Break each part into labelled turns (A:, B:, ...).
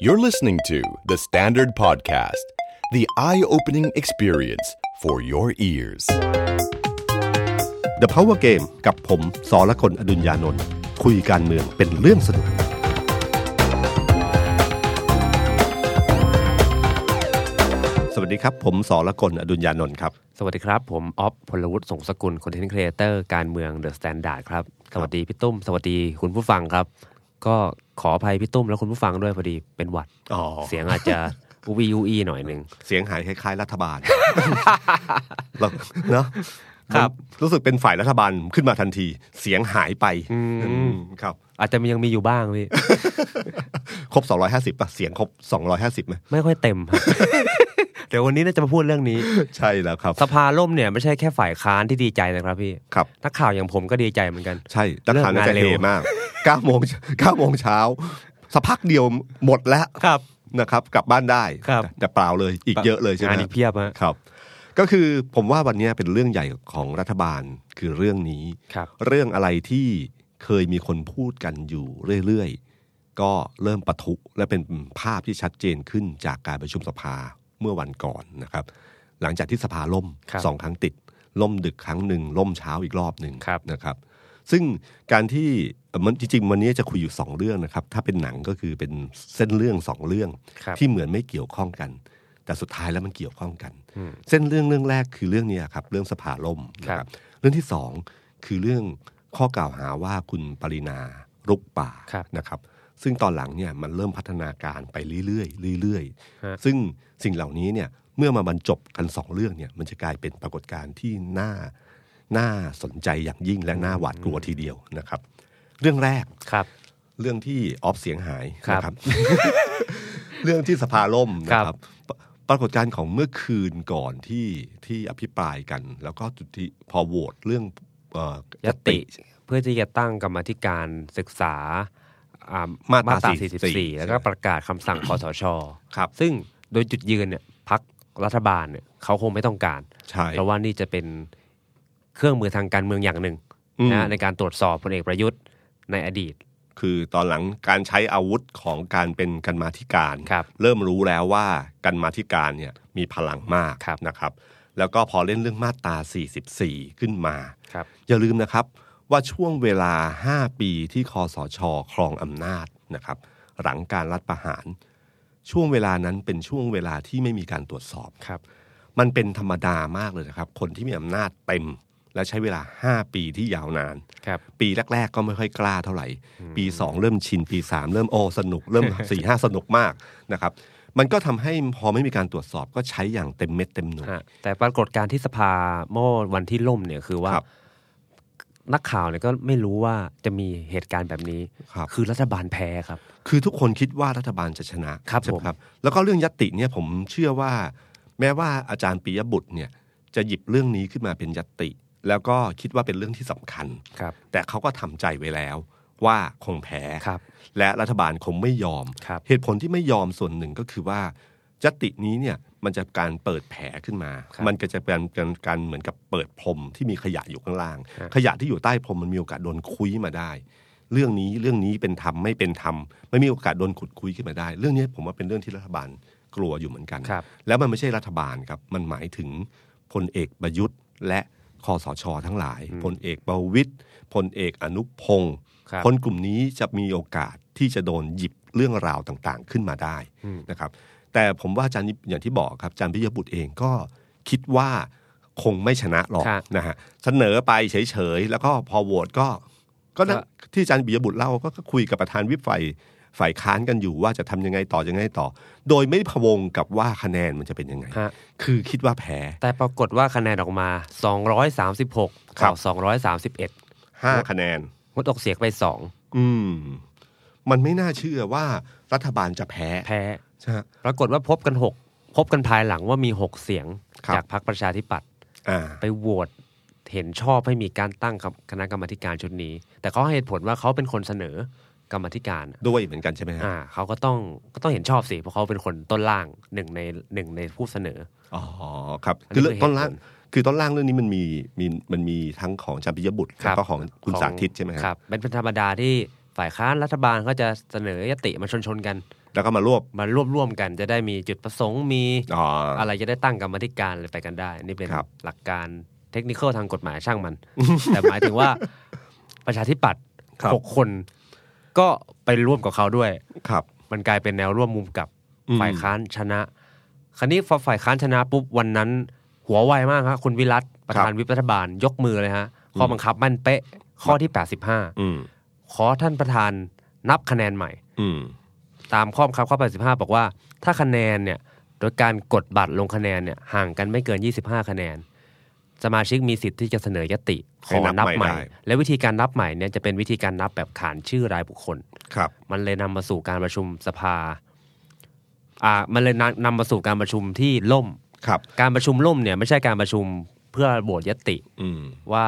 A: You're listening to The Standard Podcast, the eye opening experience for your ears.
B: The Power Game กับผมสอละคนอดุญญานนท์คุยการเมืองเป็นเรื่องสนุก สวัสดีครับ ผมสอละคนอดุญญานนท์ครับ
C: สวัสดีครับ ผมออฟพลวุฒิสงสกุลคอนเทนต์ครีเอเตอร์การเมืองเดอะสแตนดาร์ดครับ สวัสดีพี่ตุ้ม สวัสดีคุณผู้ฟังครับ ก็ขออภัยพี่ตุ้มและคุณผู้ฟังด้วยพอดีเป็นหวัด
B: อ๋อ
C: เสียงอาจจะ อูวีอูอีหน่อยหนึ่ง
B: เสียงหายคล้ายๆรัฐบ าล เราเนาะ
C: ครับ
B: มันรู้สึกเป็นฝ่ายรัฐบาลขึ้นมาทันที เสียงหายไปอืมครับ
C: อาจจะมียังมีอยู่บ้างพี่
B: ครบ 250ป่ะ เสียงครบ 250ไหม
C: ไม่ค่อยเต็มครับ เดี๋ยววันนี้น่าจะมาพูดเรื่องนี้
B: ใช่แล้วครับ
C: สภาล่มเนี่ยไม่ใช่แค่ฝ่ายค้านที่ดีใจนะครับพี่
B: ครับ
C: นักข่าวอย่างผมก็ดีใจเหมือนกัน
B: ใช่นักข่าวน่าจะ
C: เลิ
B: เฮ
C: กงานเร็ว
B: มาก9โมง9โมงเช้าสักพักเดียวหมดแล้ว
C: ครับ
B: นะครับ กลับบ้านได้
C: ครับ
B: แต่เปล่าเลยอีกเยอะเลยใช่ไหม
C: งานอีกเพียบฮะ
B: ครับ ก็คือผมว่าวันนี้เป็นเรื่องใหญ่ของรัฐบาลคือเรื่องนี้
C: ครับ
B: เรื่องอะไรที่เคยมีคนพูดกันอยู่เรื่อยๆ ก็เริ่มปะทุและเป็นภาพที่ชัดเจนขึ้นจากการประชุมสภาเมื่อวันก่อนนะครับ หลังจากที่สภาล่ม
C: ครับ
B: สองครั้งติด ล่มดึกครั้งหนึ่งล่มเช้าอีกรอบหนึ่ง
C: ครับ
B: นะครับ ซึ่งการที่เอ่อมันจริงๆ วันนี้จะคุยอยู่ 2 เรื่องนะครับ ถ้าเป็นหนังก็คือเป็นเส้นเรื่องสองเรื่อง
C: ครับ
B: ที่เหมือนไม่เกี่ยวข้องกัน แต่สุดท้ายแล้วมันเกี่ยวข้องกัน
C: อืม
B: เส้นเรื่องเรื่องแรกคือเรื่องเนี้ยครับเรื่องสภาล่มนะค
C: ครั
B: รับบ เรื่องที่สองคือเรื่องข้อกล่าวหาว่าคุณปรินารุกป่า
C: ครับ
B: นะครับ ซึ่งตอนหลังเนี่ยมันเริ่มพัฒนาการไปเรื่อยๆเรื่อย
C: ฮะ
B: ๆ ซึ่งสิ่งเหล่านี้เนี่ยเมื่อมาบรรจบกันสองเรื่องเนี่ยมันจะกลายเป็นปรากฏการณ์ที่น่าน่าสนใจอย่างยิ่งและน่าหวาดกลัวทีเดียวนะครับ เรื่องแรก
C: ครับ
B: เรื่องที่ออฟเสียงหาย
C: ครับ
B: นะครับ เรื่องที่สภาล่มนะค
C: ครั
B: รับบ ปรปรากฏการณ์ของเมื่อคืนก่อนที่ที่อภิปรายกัน แล้วก็จุดที่พอโหวตเรื่องเอ่อย
C: ตติ เพื่อที่จะตั้งกรรมาธิการศึกษาอ่า
B: มา
C: มา
B: ต
C: ต
B: รา
C: รา
B: 44
C: 44 แล้วก็ประกาศคำสั่ง คสช
B: ครับ
C: ซึ่งโดยจุดยืนเนี่ยพักรัฐบาลเนี่ยเขาคงไม่ต้องการ
B: ใช่
C: เพราะว่านี่จะเป็นเครื่องมือทางการเมืองอย่างหนึ่ง
B: อืม
C: นะฮะในการตรวจสอบพลเอกประยุทธ์ในอดีต
B: คือตอนหลังการใช้อาวุธของการเป็นกันมาธิการ
C: ครับ
B: เริ่มรู้แล้วว่ากันมาธิการเนี่ยมีพลังมาก
C: ครับ
B: นะครับ แล้วก็พอเล่นเรื่องมาตรา 44 ขึ้นมา
C: ครับ
B: อย่าลืมนะครับว่าช่วงเวลา 5 ปีที่คอสช ครองอำนาจนะครับ หลังการรัฐประหาร ช่วงเวลานั้นเป็นช่วงเวลาที่ไม่มีการตรวจสอบ
C: ครับ
B: มันเป็นธรรมดามากเลยนะครับ คนที่มีอำนาจเต็ม และใช้เวลา 5 ปีที่ยาวนาน
C: ครับ
B: ปีแรก ๆ ก็ไม่ค่อยกล้าเท่าไหร่ ปี 2 เริ่มชิน ปี 3 เริ่มโอสนุก เริ่ ม 4ี่ห้าสนุกมากนะครับ มันก็ทำให้พอไม่มีการตรวจสอบก็ใช้อย่างเต็มเม็ดเต็มหน่วย
C: ฮะแต่ปรากฏการณ์ที่สภาเมื่อวันที่ล่มเนี่ยคือว่า
B: ครับ
C: นักข่าวเนี่ยก็ไม่รู้ว่าจะมีเหตุการณ์แบบนี้
B: ครับ
C: อรัฐบาลแพ้ครับ
B: คือทุกคนคิดว่ารัฐบาลจะชนะครับ ใช่ไหม
C: ผม
B: ครับ แล้วก็เรื่องยตติเนี่ยผมเชื่อว่า แม้ว่าอาจารย์ปิยบุตรเนี่ยจะหยิบเรื่องนี้ขึ้นมาเป็นยตติ แล้วก็คิดว่าเป็นเรื่องที่สำคัญ
C: ครับ
B: แต่เขาก็ทำใจไว้แล้วว่าคงแพ้
C: ครับ
B: และรัฐบาลคงไม่ยอม
C: ครับ
B: เหตุผลที่ไม่ยอมส่วนหนึ่งก็คือว่ายตตินี้เนี่ยมันจะการเปิดแผลขึ้นมา
C: ครับ
B: มันก็จะเป็นการการเหมือนกับเปิดพรมที่มีขยะอยู่ข้างล่าง ขยะที่อยู่ใต้พรมมันมีโอกาสโดนคุยมาได้ เรื่องนี้เรื่องนี้เป็นธรรมไม่เป็นธรรมไม่มีโอกาสโดนขุดคุยขึ้นมาได้ เรื่องนี้ผมว่าเป็นเรื่องที่รัฐบาลกลัวอยู่เหมือนกัน
C: ครับ
B: แล้วมันไม่ใช่รัฐบาลครับ มันหมายถึงพลเอกประยุทธ์ และคอสช ทั้งหลายพลเอกประวิตยพลเอกอนุพงศ์
C: ครับ
B: คนกลุ่มนี้จะมีโอกาสที่จะโดนหยิบเรื่องราวต่างๆ ขึ้นมาได้นะครับ แต่ผมว่าอาจารย์นิอย่างที่บอกครับอาจารย์พิยบุตรเองก็คิดว่าคงไม่ชนะหรอก
C: ครับ
B: นะฮะเสนอไปเฉยๆ แล้วก็พอโหวตก็ก็นั่ง
C: ก็
B: ที่อาจารย์ปิยบุตรเล่าก็ก็คุยกับประธานวิปฝ่ายฝ่ายค้านกันอยู่ว่าจะทำยังไงต่อยังไงต่อ โดยไม่พะวงกับว่าคะแนนมันจะเป็นยังไง
C: ฮะ
B: คือคิดว่าแพ้
C: แต่ปรากฏว่าคะแนนออกมา 236
B: ครับ
C: ต่อ231
B: ห้าคะแนน
C: งดออกเสียงไป 2
B: อืม มันไม่น่าเชื่อว่ารัฐบาลจะแพ้
C: แพ้
B: ใช่ฮะ
C: ปรากฏว่าพบกัน 6 พบกันภายหลังว่ามี 6 เสียง
B: ครับ
C: จากพรรคประชาธิปัตย์
B: อ่า
C: ไปโหวตเห็นชอบให้มีการตั้งคณะกรรมาธิการชุดนี้ แต่เขาให้เหตุผลว่าเขาเป็นคนเสนอกรรมาธิการ
B: ด้วยเหมือนกันใช่ไหมฮะ
C: อ่าเขาก็ต้องก็ต้องเห็นชอบสิ เพราะเขาเป็นคนต้นล่างหนึ่งในหนึ่งในผู้เสนอ
B: อ๋อครับ
C: อันนี้
B: คือเรื่อง
C: คือเหตุผล
B: ต้นล่าง คือต้นล่างเรื่องนี้มันมีมีมันมีทั้งของอาจารย์ปิยบุตร
C: ครั
B: แล้ว
C: บ
B: ก็ของคุณสาธิตใช่ไหมฮะ
C: ครับเป็นธรรมดาที่ฝ่ายค้านรัฐบาลก็จะเสนอยติมาชนๆกัน
B: แล้วก็มารวบ
C: มารวบรวมกันจะได้มีจุดประสงค์มี
B: อ๋อ
C: อะไรจะได้ตั้งกรรมธิการอะไรไปกันได้ นี่เป็น
B: ครับ
C: หลักการเทคนิคอลทางกฎหมายช่าง มัน แต่หมายถึงว่าประชาธิปัตย์
B: ครับ
C: หกคน ก็ไปร่วมกับเขาด้วย
B: ครับ
C: มันกลายเป็นแนวร่วมมุมกลับ
B: อืม
C: ฝ่ายค้านชนะ คราวนี้พอฝ่ายค้านชนะปุ๊บวันนั้น หัวไวมากครับคุณวิรัตประธานวิปรัฐบาลยกมือเลยฮะข้อบังคับมันเป๊ะข้อที่
B: อืม
C: 85 ขอท่านประธานนับคะแนนใหม่
B: อืม
C: ตามข้อบังคับข้อ 85 บอกว่าถ้าคะแนนเนี่ยโดยการกดบัตรลงคะแนนเนี่ยห่างกันไม่เกิน 25 คะแนน สมาชิกมีสิทธิ์ที่จะเสนอยติขอนับใหม่ และวิธีการนับใหม่เนี่ยจะเป็นวิธีการนับแบบขานชื่อรายบุคคล
B: ครับ
C: มันเลยนำมาสู่การประชุมสภา อ่า มันเลยนำนำมาสู่การประชุมที่ล่ม
B: ครับ
C: การประชุมล่มเนี่ยไม่ใช่การประชุมเพื่อโหวตยติ
B: อืม
C: ว่า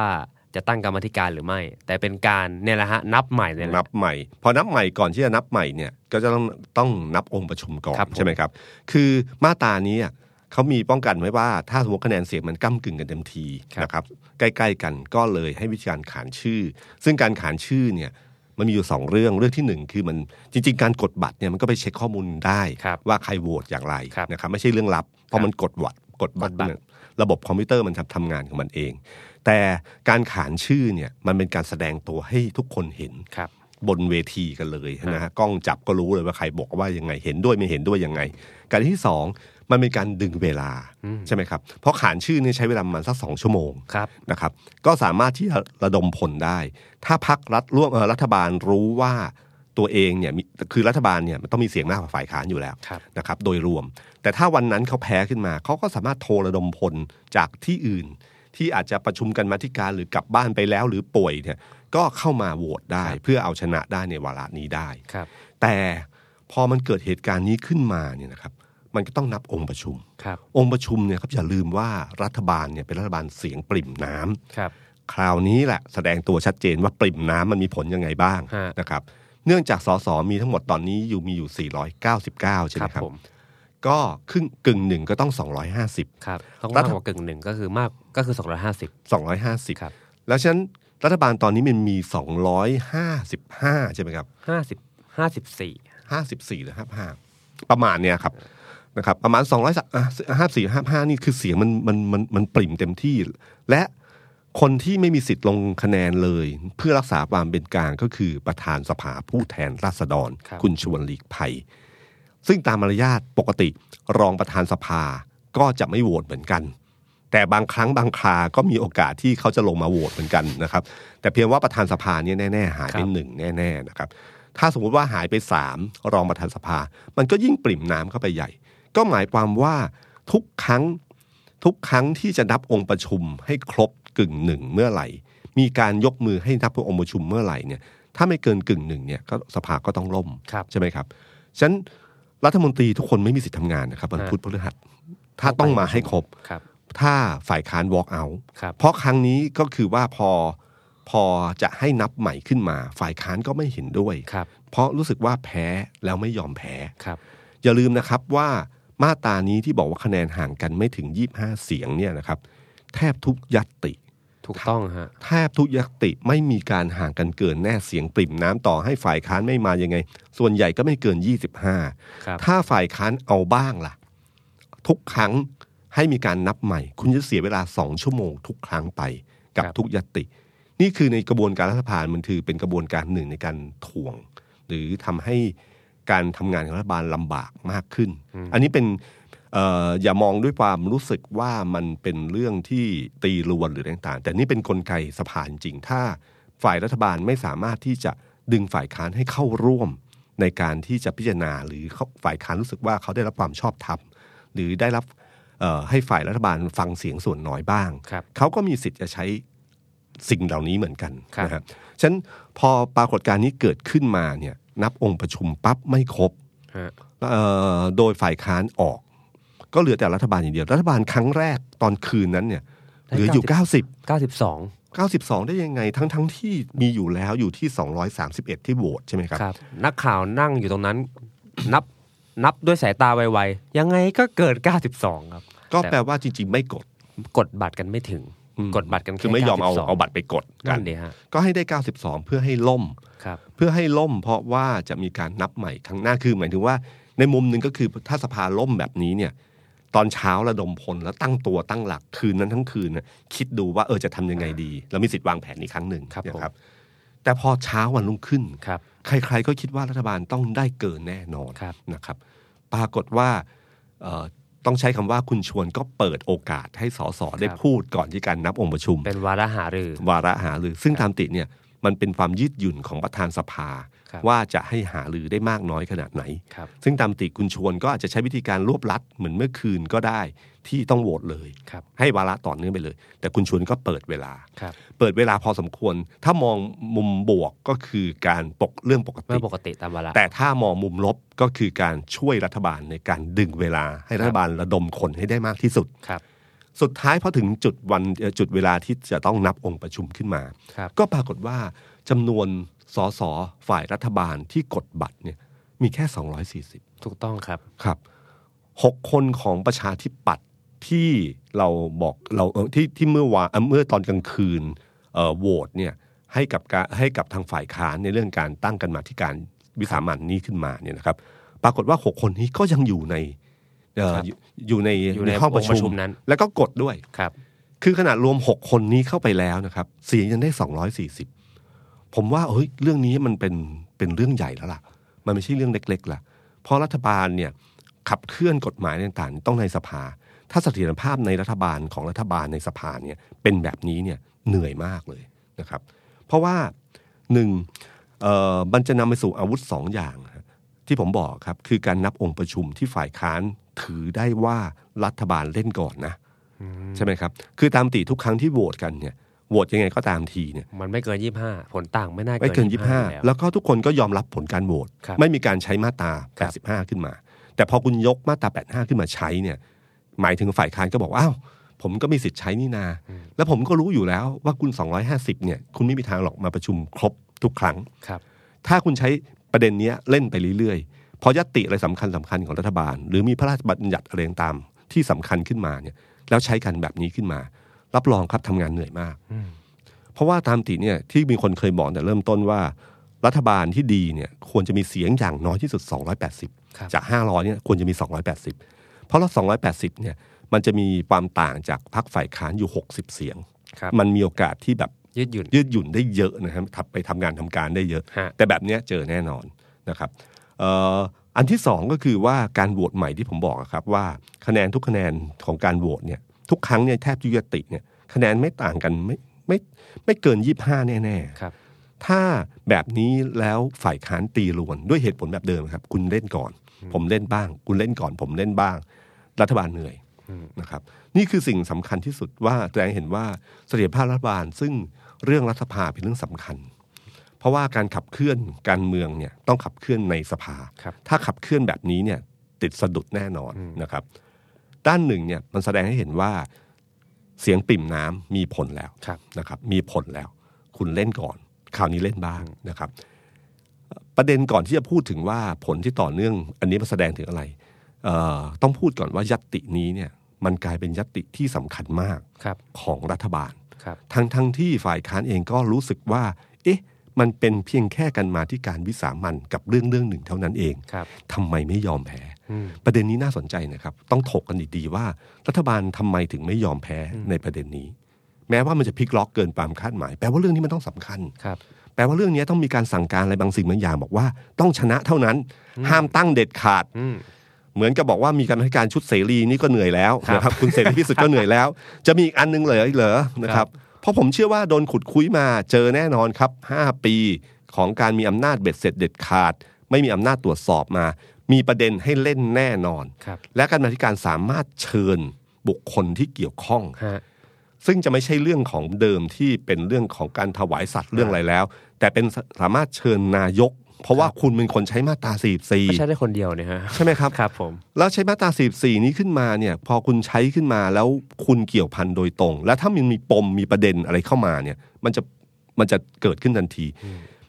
C: จะตั้งกรรมธิการหรือไม่ แต่เป็นการเนี่ยแหละฮะนับใหม่เนี่ยแห
B: นั
C: ละ
B: บใหม่ พอนับใหม่ก่อนที่จะนับใหม่เนี่ยก็จะต้องต้องนับองค์ประชุมก่อน
C: ครับผม
B: ใช่ไหมครับ คือมาตรานี้อ่ะเขามีป้องกันไว้ว่า ถ้าสมมติคะแนนเสียงมันก้ากึ่งกันเต็มทีนะครับใกล้ๆกันก็เลยให้วิธีการขานชื่อ ซึ่งการขานชื่อเนี่ยมันมีอยู่สองเรื่องเรื่องที่หนึ่งคือมันจริง ๆ การกดบัตรเนี่ยมันก็ไปเช็คข้อมูลได้
C: ครับ
B: ว่าใครโหวตอย่างไร
C: ครับ
B: นะครับไม่ใช่เรื่องลับเพราะมันกดวัดกดบัตร
C: กดบัตร
B: เนี่ยระบบคอมพิวเตอร์มันทำทำงานของมันเอง แต่การขานชื่อเนี่ยมันเป็นการแสดงตัวให้ทุกคนเห็น
C: ครับ
B: บนเวทีกันเลยนะฮะกล้องจับก็รู้เลยว่าใครบอกว่ายังไงเห็นด้วยไม่เห็นด้วยยังไง การที่สองมันเป็นการดึงเวลาใช่ไหมครับเพราะขานชื่อเนี่ยใช้เวลาประมันสักสองชั่วโมง
C: ครับ
B: นะครับก็สามารถที่จะระดมผลได้ ถ้าพักรัฐร่วมเอ่อรัฐบาลรู้ว่าตัวเองเนี่ยมีคือรัฐบาลเนี่ยมันต้องมีเสียงมากกว่าฝ่ายค้านอยู่แล้ว
C: ครับ
B: นะครับโดยรวม แต่ถ้าวันนั้นเขาแพ้ขึ้นมาเขาก็สามารถโทรระดมพลจากที่อื่น ที่อาจจะประชุมกันมาธิการหรือกลับบ้านไปแล้วหรือป่วยเนี่ยก็เข้ามาโหวตได้ เพื่อเอาชนะได้ในวาระนี้ได้
C: ครับ
B: แต่พอมันเกิดเหตุการณ์นี้ขึ้นมาเนี่ยนะครับ มันก็ต้องนับองค์ประชุม
C: ครับ
B: องค์ประชุมเนี่ยครับอย่าลืมว่ารัฐบาลเนี่ยเป็นรัฐบาลเสียงปริ่มน้ำ
C: ครับ
B: คราวนี้แหละแสดงตัวชัดเจนว่าปริ่มน้ำมันมีผลยังไงบ้าง
C: ฮะ
B: นะครับ เนื่องจากสสมีทั้งหมดตอนนี้อยู่มีอยู่ 499 ใช่
C: ค
B: ไหม
C: รับ
B: ครับ
C: ผม
B: ก็ครึ่งกึ่งหนึ่งก็ต้อง 250
C: ครับต้อง
B: รั
C: มาก
B: ฐ
C: กว่ากึ่งหนึ่งก็คือมากก็คือ 250
B: 250
C: ครับ
B: แล้วฉะนั้นรัฐบาลตอนนี้มันมี 255 ใช่ไหมครับ
C: 50 54
B: 54หรือ55 ประมาณเนี่ยครับนะครับประมาณ 2 5 4 55 นี่คือเสียงมันมันมันมันปริ่มเต็มที่ และคนที่ไม่มีสิทธิ์ลงคะแนนเลย เพื่อรักษาความเป็นกลางก็คือประธานสภาผู้แทนราษฎร
C: ครับ
B: ณชวนหลีกภัย ซึ่งตามมารยาทปกติรองประธานสภาก็จะไม่โหวตเหมือนกัน แต่บางครั้งบางคราก็มีโอกาสที่เขาจะลงมาโหวตเหมือนกันนะครับ แต่เพียงว่าประธานสภาเนี่ยแน่ ๆ หายไป
C: ครับ
B: หนึ่งแน่ๆนะครับ ถ้าสมมุติว่าหายไปสามรองประธานสภา มันก็ยิ่งปริ่มน้ำเข้าไปใหญ่ ก็หมายความว่าทุกครั้งทุกครั้งที่จะนับองค์ประชุมให้ครบกึ่งหนึ่งเมื่อไหร่ มีการยกมือให้นับองค์ประชุมเมื่อไหร่เนี่ยถ้าไม่เกินกึ่งหนึ่งเนี่ยก็สภาก็ต้องล่ม
C: ครับ
B: ใช่ไหมครับฉะนั้นรัฐมนตรีทุกคนไม่มีสิทธิ์ทำงานนะครับวัน
C: ฮะ
B: พุธพฤหัส ถ้าต้องมาให้ครบ
C: ครับ
B: ถ้าฝ่ายค้าน walk out
C: ครับ
B: เพราะครั้งนี้ก็คือว่าพอพอจะให้นับใหม่ขึ้นมา ฝ่ายค้านก็ไม่เห็นด้วย
C: ครับ
B: เพราะรู้สึกว่าแพ้แล้วไม่ยอมแพ้
C: ครับ
B: อย่าลืมนะครับว่ามาตรานี้ที่บอกว่าคะแนนห่างกันไม่ถึง 25 เสียงเนี่ยนะครับ แทบทุกยัตติ
C: ถูกต้องฮะ
B: แทบทุกยัตติไม่มีการห่างกันเกินแน่เสียงปริ่มน้ำต่อให้ฝ่ายค้านไม่มายังไง ส่วนใหญ่ก็ไม่เกิน
C: ครับ
B: 25 ถ้าฝ่ายค้านเอาบ้างล่ะ ทุกครั้งให้มีการนับใหม่ คุณจะเสียเวลาสองชั่วโมงทุกครั้งไปกับ
C: ครับ
B: ทุกยัตติ นี่คือในกระบวนการรัฐสภามันถือเป็นกระบวนการหนึ่งในการถ่วง หรือทำให้การทำงานของรัฐบาลลำบากมากขึ้น อันนี้เป็นเอ่ออย่ามองด้วยความรู้สึกว่ามันเป็นเรื่องที่ตีรวนหรือต่างๆ แต่นี่เป็นนกลไกสภาจริงๆถ้าฝ่ายรัฐบาลไม่สามารถที่จะดึงฝ่ายค้านให้เข้าร่วม ในการที่จะพิจารณาหรือเขาฝ่ายค้านรู้สึกว่าเขาได้รับความชอบธรรมหรือได้รับเอ่อให้ฝ่ายรัฐบาลฟังเสียงส่วนน้อยบ้าง
C: ครับ
B: เขาก็มีสิทธิ์จะใช้สิ่งเหล่านี้เหมือนกัน
C: ครับ
B: นะฮะฉะนั้นพอปรากฏการณ์นี้เกิดขึ้นมาเนี่ยนับองค์ประชุมปั๊บไม่ครบ
C: ฮะ
B: เอ่อโดยฝ่ายค้านออก ก็เหลือแต่รัฐบาลอย่างเดียว รัฐบาลครั้งแรกตอนคืนนั้นเนี่ย
C: ได้
B: เหลืออยู่ 90
C: 92
B: 92 ได้ยังไงทั้งทั้งที่มีอยู่แล้วอยู่ที่ 231 ที่โหวตใช่ไหมครับ
C: ครับนักข่าวนั่งอยู่ตรงนั้น นับนับด้วยสายตาไวๆ ยังไงก็เกิด 92 ครับ
B: ก็แปล
C: ต่
B: ว่าจริงๆ ไม่กด
C: กดบัตรกันไม่ถึง กดบัตรกันแค่
B: คือไม่ยอมเอา
C: 92
B: เอาบัตรไปกดกั
C: นั่
B: น
C: นดีฮะ
B: ก็ให้ได้ 92 เพื่อให้ล่ม
C: ครับ
B: เพื่อให้ล่มเพราะว่าจะมีการนับใหม่ครั้งหน้าคือหมายถึงว่า ในมุมหนึ่งก็คือถ้าสภาล่มแบบนี้เนี่ย ตอนเช้าระดมพลแล้วตั้งตัวตั้งหลักคืนนั้นทั้งคืนน่ะคิดดูว่าเออจะทำยังไงดี เรามีสิทธิ์วางแผนอีกครั้งหนึ่ง
C: ครับผม
B: นะครับ แต่พอเช้าวันรุ่งขึ้น
C: ครับ
B: ใครๆก็คิดว่ารัฐบาลต้องได้เกินแน่นอน
C: ครับ
B: นะครับ ปรากฏว่าเอ่อต้องใช้คำว่าคุณชวนก็เปิดโอกาสให้สสได้พูดก่อนที่การนับองค์ประชุม
C: เป็นวาระหารือ
B: วาระหารือซึ่งตามติเนี่ยมันเป็นความยืดหยุ่นของประธานสภา
C: ครับ
B: ว่าจะให้หารือได้มากน้อยขนาดไหน
C: ครับ
B: ซึ่งตามติคุณชวนก็อาจจะใช้วิธีการรวบรัดเหมือนเมื่อคืนก็ได้ที่ต้องโหวตเลย
C: ครับ
B: ให้วาระต่อเนื่องไปเลย แต่คุณชวนก็เปิดเวลา
C: ครับ
B: เปิดเวลาพอสมควร ถ้ามองมุมบวกก็คือการปกเรื่องปก
C: เมื่
B: ติ
C: อปกติตามวาระ
B: แต่ถ้ามองมุมลบก็คือการช่วยรัฐบาลในการดึงเวลา ให้รัฐบาลระดมคนให้ได้มากที่สุด
C: ครับ
B: สุดท้ายพอถึงจุดวันเอ่อจุดเวลาที่จะต้องนับองค์ประชุมขึ้นมา
C: ครับ
B: ก็ปรากฏว่าจำนวนสสฝ่ายรัฐบาลที่กดบัตรเนี่ยมีแค่ 240
C: ถูกต้องครับ
B: ครับหกคนของประชาธิปัตย์ที่เราบอกเราเอ่อที่ที่เมื่อวานเอ่อเมื่อตอนกลางคืนเอ่อโหวตเนี่ยให้กับการให้กับทางฝ่ายค้านในเรื่องการตั้งกันมาที่การวิสามันนี้ขึ้นมาเนี่ยนะครับ ปรากฏว่า 6 คนนี้ก็ยังอยู่ในเอ่อ
C: ครับ
B: อยู่อยู่ใน
C: อยู่ใน
B: ห้องประ
C: องค์ประชุ
B: ชุ
C: ม
B: ม
C: นั้น
B: แล้วก็กดด้วย
C: ครับ
B: คือขนาดรวม 6 คนนี้เข้าไปแล้วนะครับเสียงยังได้ 240 ผมว่าเฮ้ยเรื่องนี้มันเป็นเป็นเรื่องใหญ่แล้วล่ะ มันไม่ใช่เรื่องเล็กๆล่ะ เพราะรัฐบาลเนี่ยขับเคลื่อนกฎหมายต่างๆ ต้องในสภา ถ้าเสถียรภาพในรัฐบาลของรัฐบาลในสภาเนี่ยเป็นแบบนี้เนี่ยเหนื่อยมากเลยนะครับ เพราะว่าหนึ่งเอ่อมันจะนำไปสู่อาวุธสองอย่างนะฮะที่ผมบอกครับคือการนับองค์ประชุมที่ฝ่ายค้านถือได้ว่ารัฐบาลเล่นก่อนนะ ใช่ไหมครับ คือตามติทุกครั้งที่โหวตกันเนี่ย โหวตยังไงก็ตามทีเนี่ย
C: มันไม่เกินยี่ห้าผลต่างไม่น่า
B: ไม่เกิน
C: แล้ว
B: 25 แล้วก็ทุกคนก็ยอมรับผลการโหวต
C: ครับ
B: ไม่มีการใช้มาตรา 85 ขึ้นมา แต่พอคุณยกมาตรา 85 ขึ้นมาใช้เนี่ย หมายถึงฝ่ายค้านก็บอกว่าอ้าว ผมก็มีสิทธิ์ใช้นี่นา แล้วผมก็รู้อยู่แล้วว่าคุณ 250 เนี่ย คุณไม่มีทางหรอกมาประชุมครบทุกครั้ง
C: ครับ
B: ถ้าคุณใช้ประเด็นเนี้ยเล่นไปเรื่อยๆ เพราะยติอะไรสำคัญสำคัญของรัฐบาล หรือมีพระราชบัญญัติอะไรตามที่สำคัญขึ้นมาเนี่ยแล้วใช้กันแบบนี้ขึ้นมา รับรองครับทำงานเหนื่อยมาก
C: อืม
B: เพราะว่าตามติเนี่ยที่มีคนเคยบอกแต่เริ่มต้นว่า รัฐบาลที่ดีเนี่ยควรจะมีเสียงอย่างน้อยที่สุด 280
C: ครับ
B: จาก 500เนี่ยควรจะมี 280 เพราะเรา280เนี่ยมันจะมีความต่างจากพรรคฝ่ายค้านอยู่ 60 เสียง
C: ครับ
B: มันมีโอกาสที่แบบ
C: ยืดหยุ่น
B: ยืดหยุ่นได้เยอะนะครับทำไปทำงานทำการได้เยอะ
C: ฮะ
B: แต่แบบเนี้ยเจอแน่นอนนะครับเอ่ออันที่สองก็คือว่าการโหวตใหม่ที่ผมบอกอะครับว่าคะแนนทุกคะแนนของการโหวตเนี่ยทุกครั้งเนี่ยแทบยุติเนี่ยคะแนนไม่ต่างกันไม่ไม่ไม่เกิน 25 แน่
C: ครับ
B: ๆ ถ้าแบบนี้แล้วฝ่ายค้านตีรวนด้วยเหตุผลแบบเดิมครับ คุณเล่นก่อน ผมเล่นบ้าง คุณเล่นก่อน ผมเล่นบ้าง รัฐบาลเหนื่อย นะครับนี่คือสิ่งสำคัญที่สุดว่าแสดงให้เห็นว่าเสถียรภาพรัฐบาล ซึ่งเรื่องรัฐสภาเป็นเรื่องสำคัญ เพราะว่าการขับเคลื่อนการเมืองเนี่ยต้องขับเคลื่อนในสภา
C: ครับ
B: ถ้าขับเคลื่อนแบบนี้เนี่ยติดสะดุดแน่นอนนะครับ ด้านหนึ่งเนี่ยมันแสดงให้เห็นว่าเสียงปริ่มน้ำมีผลแล้ว
C: ครับ
B: นะครับมีผลแล้ว คุณเล่นก่อนคราวนี้เล่นบ้างนะครับ ประเด็นก่อนที่จะพูดถึงว่าผลที่ต่อเนื่อง อันนี้มันแสดงถึงอะไรเอ่อต้องพูดก่อนว่ายัตตินี้เนี่ยมันกลายเป็นยัตติที่สำคัญมาก
C: ครับ
B: ของรัฐบาล
C: ครับ
B: ทั้งทั้งที่ฝ่ายค้านเองก็รู้สึกว่า เอ๊ะ มันเป็นเพียงแค่การมาที่การวิสามันกับเรื่องเรื่องหนึ่งเท่านั้นเอง
C: ครับ
B: ทำไมไม่ยอมแพ้
C: อืม
B: ประเด็นนี้น่าสนใจนะครับ ต้องถกกันดีๆว่ารัฐบาลทำไมถึงไม่ยอมแพ้ในประเด็นนี้ แม้ว่ามันจะพลิกล็อกเกินความคาดหมาย แปลว่าเรื่องนี้มันต้องสำคัญ
C: ครับ
B: แปลว่าเรื่องนี้ต้องมีการสั่งการอะไรบางสิ่งบางอย่าง บอกว่าต้องชนะเท่านั้น ห้ามตั้งเด็ดขาด
C: อืม
B: เหมือนกับบอกว่ามีการให้การชุดเสรีนี่ก็เหนื่อยแล้ว
C: ครับ
B: นะครับคุณเสรีพิสุทธิ์ก็เหนื่อยแล้ว จะมีอีกอันนึงเหรอเหรอนะค
C: ครั
B: รับบ เพราะผมเชื่อว่าโดนขุดคุยมาเจอแน่นอนครับ 5 ปีของการมีอำนาจเบ็ดเสร็จเด็ดขาด ไม่มีอำนาจตรวจสอบมา มีประเด็นให้เล่นแน่นอน
C: ครับ
B: และการบรรณาธิการสามารถเชิญบุคคลที่เกี่ยวข้อง
C: ฮะ
B: ซึ่งจะไม่ใช่เรื่องของเดิมที่เป็นเรื่องของการถวายสัตว์เรื่องอะไรแล้ว แต่เป็นสสามารถเชิญนายก เพราะว่าคุณเป็นคนใช้มาตรา
C: ไม่ใช่
B: 44
C: ได้คนเดียวเนี่ยฮะ
B: ใช่ไหมครับ
C: ครับผม
B: แล้วใช้มาตรา44 นี้ขึ้นมาเนี่ย พอคุณใช้ขึ้นมาแล้วคุณเกี่ยวพันโดยตรง และถ้ามันมีปมมีประเด็นอะไรเข้ามาเนี่ย มันจะมันจะเกิดขึ้นทันที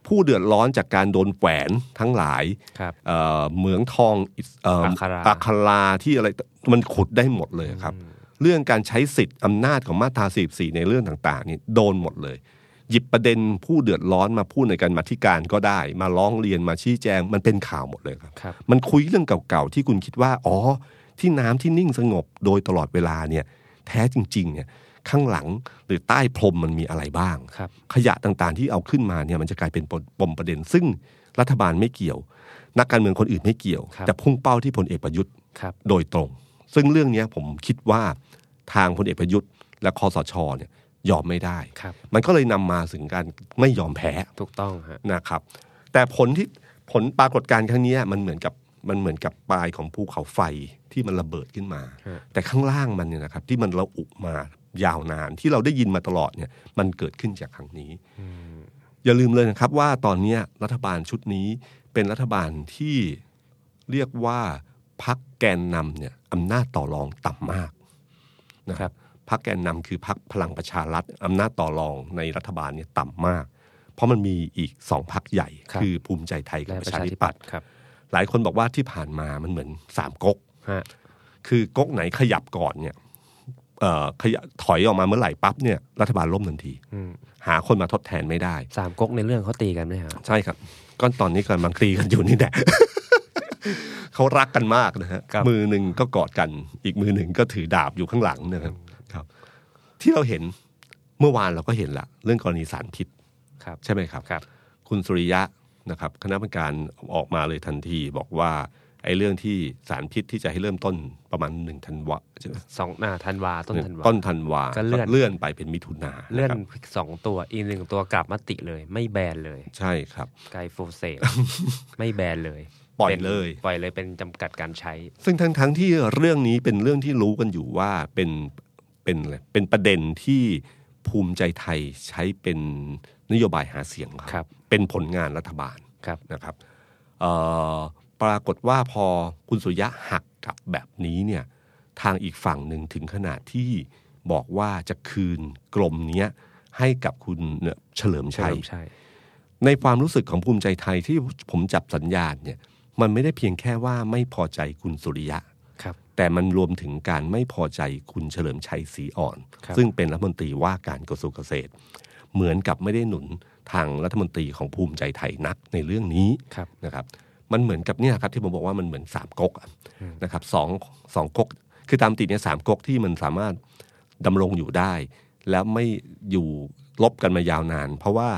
B: ผู้เดือดร้อนจากการโดนแหวนทั้งหลาย
C: ครับ
B: เอ่อเหมืองทองอิสเอ่อ
C: อัครา
B: อัคราที่อะไรมันขุดได้หมดเลยครับ เรื่องการใช้สิทธิ์อำนาจของมาตรา44 ในเรื่องต่างๆนี่โดนหมดเลย หยิบประเด็นผู้เดือดร้อนมาพูดในการมาธิการก็ได้ มาร้องเรียนมาชี้แจงมันเป็นข่าวหมดเลยครับ
C: ครับ
B: มันคุยเรื่องเก่าๆ ที่คุณคิดว่า อ๋อ ที่น้ำที่นิ่งสงบโดยตลอดเวลาเนี่ย แท้จริง ๆ เนี่ย ข้างหลังหรือใต้พรมมันมีอะไรบ้าง
C: ครับ
B: ขยะต่างๆ ที่เอาขึ้นมาเนี่ยมันจะกลายเป็นปมปมประเด็น ซึ่งรัฐบาลไม่เกี่ยว นักการเมืองคนอื่นไม่เกี่ยว
C: ครับ
B: แต่พุ่งเป้าที่พลเอกประยุทธ์
C: ครับ
B: โดยตรง ซึ่งเรื่องเนี้ยผมคิดว่าทางพลเอกประยุทธ์ และคอสชเนี่ยยอมไม่ได้
C: ครับ
B: มันก็เลยนำมาถึงการไม่ยอมแพ้
C: ถูกต้องฮะ
B: นะครับแต่ผลที่ผลปรากฏการณ์ครั้งเนี้ยมันเหมือนกับมันเหมือนกับปลายของภูเขาไฟที่มันระเบิดขึ้นมา
C: ฮะ
B: แต่ข้างล่างมันเนี่ยนะครับที่มันระอุมายาวนานที่เราได้ยินมาตลอดเนี่ยมันเกิดขึ้นจากครั้งนี้ อย่าลืมเลยนะครับว่าตอนเนี้ยรัฐบาลชุดนี้เป็นรัฐบาลที่เรียกว่าพักแกนนำเนี่ยอำนาจต่อรองต่ำมากนะครับพักแกนนำคือพักพลังประชารัฐอำนาจต่อรองในรัฐบาลเนี่ยต่ำมาก เพราะมันมีอีกสองพักใหญ่
C: ครับ
B: คือภูมิใจไทยกับ
C: และ
B: ป
C: ประ
B: ระชา
C: ชา
B: ธิ
C: ธิ
B: ปั
C: ปั
B: ต
C: ต
B: ย์
C: ย์ครับ
B: หลายคนบอกว่าที่ผ่านมามันเหมือนสามก๊ก
C: ฮะ
B: คือก๊กไหนขยับก่อนเนี่ยเอ่อขยะถอยออกมาเมื่อไหร่ปั๊บเนี่ยรัฐบาลล่มทันที
C: อืม
B: หาคนมาทดแทนไม่ได้
C: สามก๊กในเรื่องเขาตีกันไหมฮะ
B: ใช่ครับก้อนตอนนี้กำลังตีกันอยู่นี่แหละ เขารักกันมากนะฮะ
C: ครับ
B: มือหนึ่งก็กอดกัน อีกมือหนึ่งก็ถือดาบอยู่ข้างหลังนะครับครับ ที่เราเห็นเมื่อวานเราก็เห็นละเรื่องกรณีสารพิษ
C: ครับ
B: ใช่ไหมครับ
C: ครับ
B: คุณสุริยะนะครับคณะกรรมการออกมาเลยทันทีบอกว่าไอ้เรื่องที่สารพิษที่จะให้เริ่มต้นประมาณหนึ่งธันวาใช่ไหม
C: สองอ่าธันวาต้นธันวา
B: ต้นธันวา
C: ก็เลื่อน
B: เลื่อนไปเป็นมิถุนา
C: เลื่อนะครับ สองตัวอีกหนึ่งตัวกลับมติเลย ไม่แบนเลย
B: ใช่ครับ
C: ไกลโฟเซ ต ไม่แบนเลย
B: ปล่อย
C: น
B: เลย
C: ปล่อยเลยเป็นจำกัดการใช้
B: ซึ่งทั้งทั้งที่เรื่องนี้เป็นเรื่องที่รู้กันอยู่ว่าเป็นเป็นอะไรเป็นประเด็นที่ภูมิใจไทยใช้เป็นนโยบายหาเสียงของเขา
C: ครับ
B: เป็นผลงานรัฐบาล
C: ครับ
B: นะครับเอ่อปรากฏว่าพอคุณสุริยะหักกลับแบบนี้เนี่ยทางอีกฝั่งหนึ่งถึงขนาดที่บอกว่าจะคืนกลมเนี้ยให้กับคุณเนี่ยเฉลิม
C: ใช่
B: ชัย
C: ใช่
B: ในความรู้สึกของภูมิใจไทยที่ผมจับสัญญาณเนี่ยมันไม่ได้เพียงแค่ว่าไม่พอใจคุณสุริยะ
C: ครับ
B: แต่มันรวมถึงการไม่พอใจคุณเฉลิมชัยศรีอ่อน
C: ครับ
B: ซึ่งเป็นรัฐมนตรีว่าการกระทรวงเกษตร เหมือนกับไม่ได้หนุนทางรัฐมนตรีของภูมิใจไทยนักในเรื่องนี้
C: ครับ
B: นะครับมันเหมือนกับเนี่ยครับที่ผมบอกว่ามันเหมือนสามก๊กอะนะครับสองสองก๊กคือตามติดเนี่ยสามก๊กที่มันสามารถดำรงอยู่ได้ แล้วไม่อยู่ลบกันมายาวนาน เพราะว่า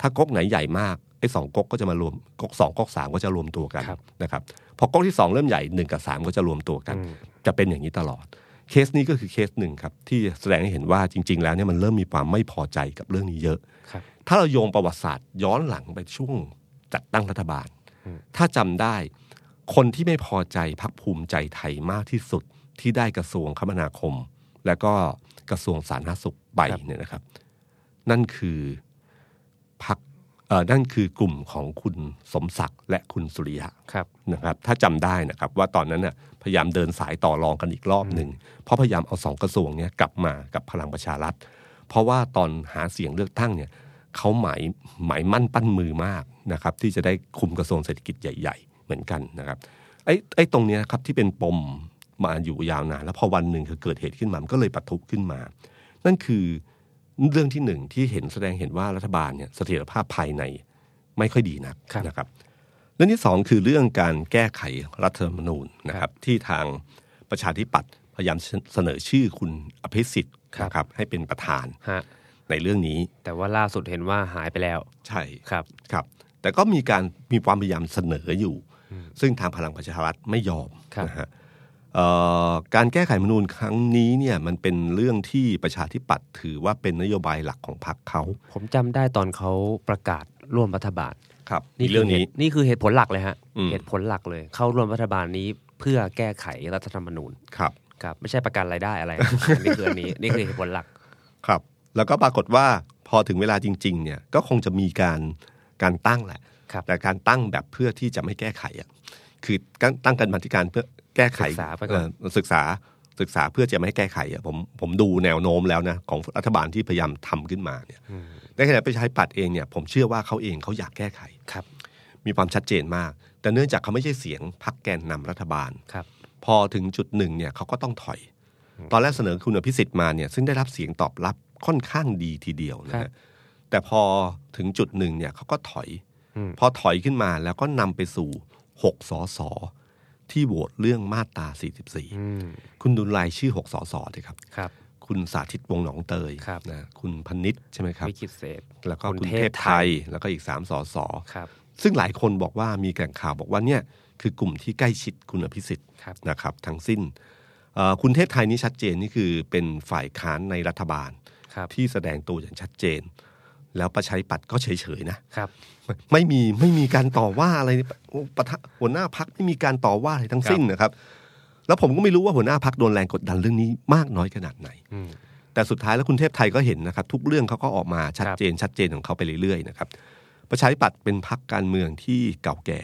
B: ถ้าก๊กไหนใหญ่มากไอ้สองก๊กก็จะมารวมก๊กสองก๊กสามก็จะรวมตัวกัน
C: ครับ
B: นะครับพอก๊กที่สองเริ่มใหญ่หนึ่งกับสามก็จะรวมตัวกัน จะเป็นอย่างนี้ตลอด เคสนี้ก็คือเคสหนึ่งครับที่แสดงให้เห็นว่าจริง ๆ แล้วเนี่ยมันเริ่มมีความไม่พอใจกับเรื่องนี้เยอะ
C: ครับ
B: ถ้าเราโยงประวัติศาสตร์ย้อนหลังไปช่วงจัดตั้งรัฐบาล
C: อืม
B: ถ้าจำได้คนที่ไม่พอใจพักภูมิใจไทยมากที่สุดที่ได้กระทรวงคมนาคม และก็กระทรวงสาธารณสุขไปเนี่ยนะครับ นั่นคือพักเอ่อนั่นคือกลุ่มของคุณสมศักดิ์และคุณสุริยะ
C: ครับ
B: นะครับถ้าจำได้นะครับว่าตอนนั้นน่ะพยายามเดินสายต่อรองกันอีกรอบหนึ่งเพราะพยายามเอาสองกระทรวงเนี้ยกลับมากับพลังประชารัฐ เพราะว่าตอนหาเสียงเลือกตั้งเนี่ยเขาหมายหมายมั่นปั้นมือมากนะครับที่จะได้คุมกระทรวงเศรษฐกิจใหญ่ๆ เหมือนกันนะครับไอ้ไอ้ตรงเนี้ยครับที่เป็นปมมาอยู่ยาวนานแล้วพอวันหนึ่งคือเกิดเหตุขึ้นมามันก็เลยปะทุขึ้นมา นั่นคือเรื่องที่หนึ่งที่เห็นแสดงเห็นว่ารัฐบาลเนี่ยเสถียรภาพภายในไม่ค่อยดีนัก
C: ครับ
B: นะครับ เรื่องที่สองคือเรื่องการแก้ไขรัฐธรรมนูญนะครับที่ทางประชาธิปัตย์พยายามเสนอชื่อคุณอภิสิทธิ์
C: ครับ
B: นะครับให้เป็นประธาน
C: ฮะ
B: ในเรื่องนี้
C: แต่ว่าล่าสุดเห็นว่าหายไปแล้ว
B: ใช่
C: ครับ
B: ครับ แต่ก็มีการมีความพยายามเสนออยู่ ซึ่งทางพลังประชารัฐไม่ยอม
C: ครับ
B: นะฮะเอ่อการแก้ไขรัฐธรรมนูญครั้งนี้เนี่ยมันเป็นเรื่องที่ประชาธิปัตย์ถือว่าเป็นนโยบายหลักของพรรคเขา
C: ผมจำได้ตอนเขาประกาศร่วมรัฐบาล
B: ครับ
C: นี่
B: เรื่องนี้
C: คืหตุนี่คือเหตุผลหลักเลยฮะ
B: อืม
C: เหตุผลหลักเลย เข้าร่วมรัฐบาลนี้เพื่อแก้ไขรัฐธรรมนูญ
B: ครับ
C: ครับไม่ใช่ประกันรายได้อะไร นะ อันนี่คืออันนี้นี่คือเหตุผลหลัก
B: ครับแล้วก็ปรากฏว่าพอถึงเวลาจริงๆเนี่ยก็คงจะมีการการตั้งแหละ
C: ครับ
B: แต่การตั้งแบบเพื่อที่จะไม่แก้ไขอ่ะคือการตั้งกันมาธิการเพื่อแก้ไข
C: ศึกษาไปก่อน
B: เอ่อศึกษาศึกษาเพื่อจะไม่ให้แก้ไขอ่ะผมผมดูแนวโน้มแล้วนะของรัฐบาลที่พยายามทำขึ้นมาเนี่ยในขณะประชาธิปัตย์เองเนี่ยผมเชื่อว่าเขาเองเขาอยากแก้ไข
C: ครับ
B: มีความชัดเจนมาก แต่เนื่องจากเขาไม่ใช่เสียงพักแกนนำรัฐบาล
C: ครับ
B: พอถึงจุดหนึ่งเนี่ยเขาก็ต้องถอย ตอนแรกเสนอคุณอภิสิทธิ์มาเนี่ยซึ่งได้รับเสียงตอบรับค่อนข้างดีทีเดียวนะ
C: ครั
B: ฮะ
C: บ
B: แต่พอถึงจุดหนึ่งเนี่ยเขาก็ถอย
C: อืม
B: พอถอยขึ้นมาแล้วก็นำไปสู่หกสสที่โหวตเรื่องมาตรา
C: อืม
B: 44 คุณดูรายชื่อหกสสเลยครับ
C: ครับ
B: คุณสาธิตวงศ์หนองเตย
C: ครับ
B: นะคุณพนิษฐ์ใช่ไหมครับ
C: วิกิตเศษ
B: แล้วก็
C: คุ
B: คุณณ
C: เท
B: เท
C: พ
B: พ
C: ไท
B: ไท
C: ย
B: ย แล้วก็อีกสามสส
C: ครับ
B: ซึ่งหลายคนบอกว่ามีแกล่งข่าวบอกว่าเนี่ยคือกลุ่มที่ใกล้ชิดคุณอภิสิทธิ์
C: ครับ
B: นะครับ ทั้งสิ้นเอ่อคุณเทพไทยนี่ชัดเจนนี่คือเป็นฝ่ายค้านในรัฐบาล
C: ครับ
B: ที่แสดงตัวอย่างชัดเจน แล้วประชัยปัดก็เฉยๆนะ
C: ครับ
B: ไม่ไม่มีไม่มีการต่อว่าอะไรโอ้ประธานหัวหน้าพักไม่มีการต่อว่าอะไรทั้งสิ้นนะครับ แล้วผมก็ไม่รู้ว่าหัวหน้าพักโดนแรงกดดันเรื่องนี้มากน้อยขนาดไหน
C: อืม
B: แต่สุดท้ายแล้วคุณเทพไทยก็เห็นนะครับ ทุกเรื่องเขาก็ออกมาชัดเจนชัดเจนของเขาไปเรื่อยๆนะครับประชาธิปัตย์เป็นพักการเมืองที่เก่าแก่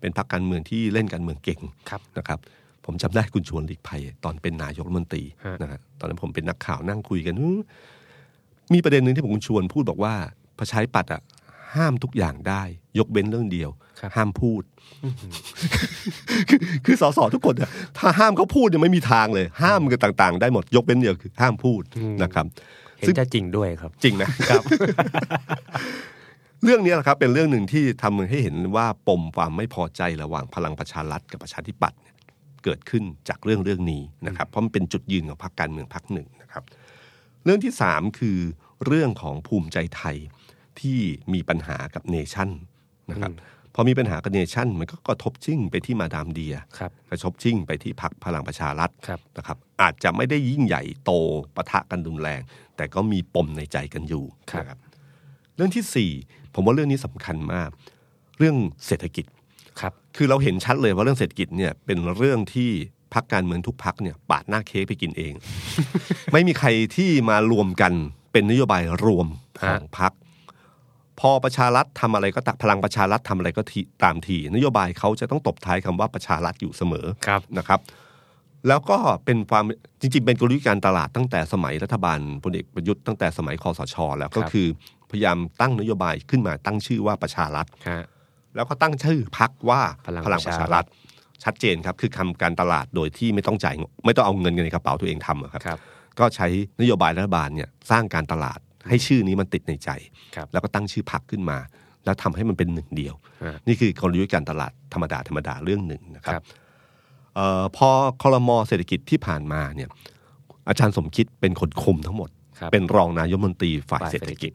B: เป็นพักการเมืองที่เล่นการเมืองเก่ง
C: ครับ
B: นะครับ ผมจำได้คุณชวนหลีกภัย ตอนเป็นนายกรัฐมนตรี
C: ฮะ
B: นะฮะตอนนั้นผมเป็นนักข่าวนั่งคุยกันอื้อมีประเด็นหนึ่งที่ผมคุณชวนพูดบอกว่าประชาธิปัตย์อะห้ามทุกอย่างได้ ยกเว้นเรื่องเดียว
C: ครับ
B: ห้ามพูด คือ คือสสทุกคนเนี่ยถ้าห้ามเขาพูดเนี่ยไม่มีทางเลย ห้ามกันต่าง ๆ ได้หมดยกเว้นเดียวคือห้ามพูด
C: อืม
B: นะครับ
C: เห็
B: ซึ่
C: น
B: ง
C: จะจริงด้วยครับ
B: จริงนะครับ เรื่องนี้แหละครับ เป็นเรื่องหนึ่งที่ทำให้เห็นว่าปมความไม่พอใจระหว่างพลังประชารัฐกับประชาธิปัตย์เนี่ยเกิดขึ้นจากเรื่องเรื่องนี้นะครับ เพราะมันเป็นจุดยืนของพรรคการเมืองพรรคหนึ่งนะครับ เรื่องที่สามคือเรื่องของภูมิใจไทยที่มีปัญหากับเนชั่นนะครับพอมีปัญหากับเนชั่นมันก็กระทบชิ่งไปที่มาดามเดีย
C: ครับ
B: กระทบชิ่งไปที่พักพลังประชารัฐ
C: ครับ
B: นะครับ อาจจะไม่ได้ยิ่งใหญ่โตปะทะกันรุนแรง แต่ก็มีปมในใจกันอยู่
C: ครับ
B: นะเรื่องที่สี่ผมว่าเรื่องนี้สำคัญมาก เรื่องเศรษฐกิจ
C: ครับ
B: คือเราเห็นชัดเลยว่าเรื่องเศรษฐกิจเนี่ยเป็นเรื่องที่พักการเมืองทุกพักเนี่ยปาดหน้าเค้กไปกินเอง ไม่มีใครที่มารวมกันเป็นนโยบายรวมของพัก พอประชารัฐทำอะไรก็ตะพลังประชารัฐทำอะไรก็ทีตามทีนโยบายเขาจะต้องตบท้ายคำว่าประชารัฐอยู่เสมอ
C: ครับ
B: นะครับแล้วก็เป็นความจริงๆ เป็นกลยุทธ์การตลาดตั้งแต่สมัยรัฐบาลพลเอกประยุทธ์ตั้งแต่สมัยคอสช แล้วก็
C: ครับ
B: คือพยายามตั้งนโยบายขึ้นมาตั้งชื่อว่าประชารัฐ
C: ฮะ
B: แล้วก็ตั้งชื่อพักว่า
C: พลัง
B: ประ
C: ประชา
B: ชา
C: รั
B: รั
C: ฐ
B: ฐชัดเจนครับ คือคำการตลาดโดยที่ไม่ต้องจ่ายงบไม่ต้องเอาเงินในกระเป๋าตัวเองทำอะครับ
C: ครับ
B: ก็ใช้นโยบายรัฐบาลเนี่ยสร้างการตลาดให้ชื่อนี้มันติดในใจ
C: ครับ
B: แล้วก็ตั้งชื่อพักขึ้นมา แล้วทำให้มันเป็นหนึ่งเดียว
C: ฮะ
B: นี่คือกลยุทธ์การตลาดธรรมดาธรรมดาเรื่องหนึ่งนะค
C: ครั
B: รับ บเออพอคอรมอเศรษฐกิจที่ผ่านมาเนี่ยอาจารย์สมคิดเป็นคนคุมทั้งหมด
C: ครับ
B: เป็นรองนายกรัฐมนตรีฝ่ายเศรษฐกิจ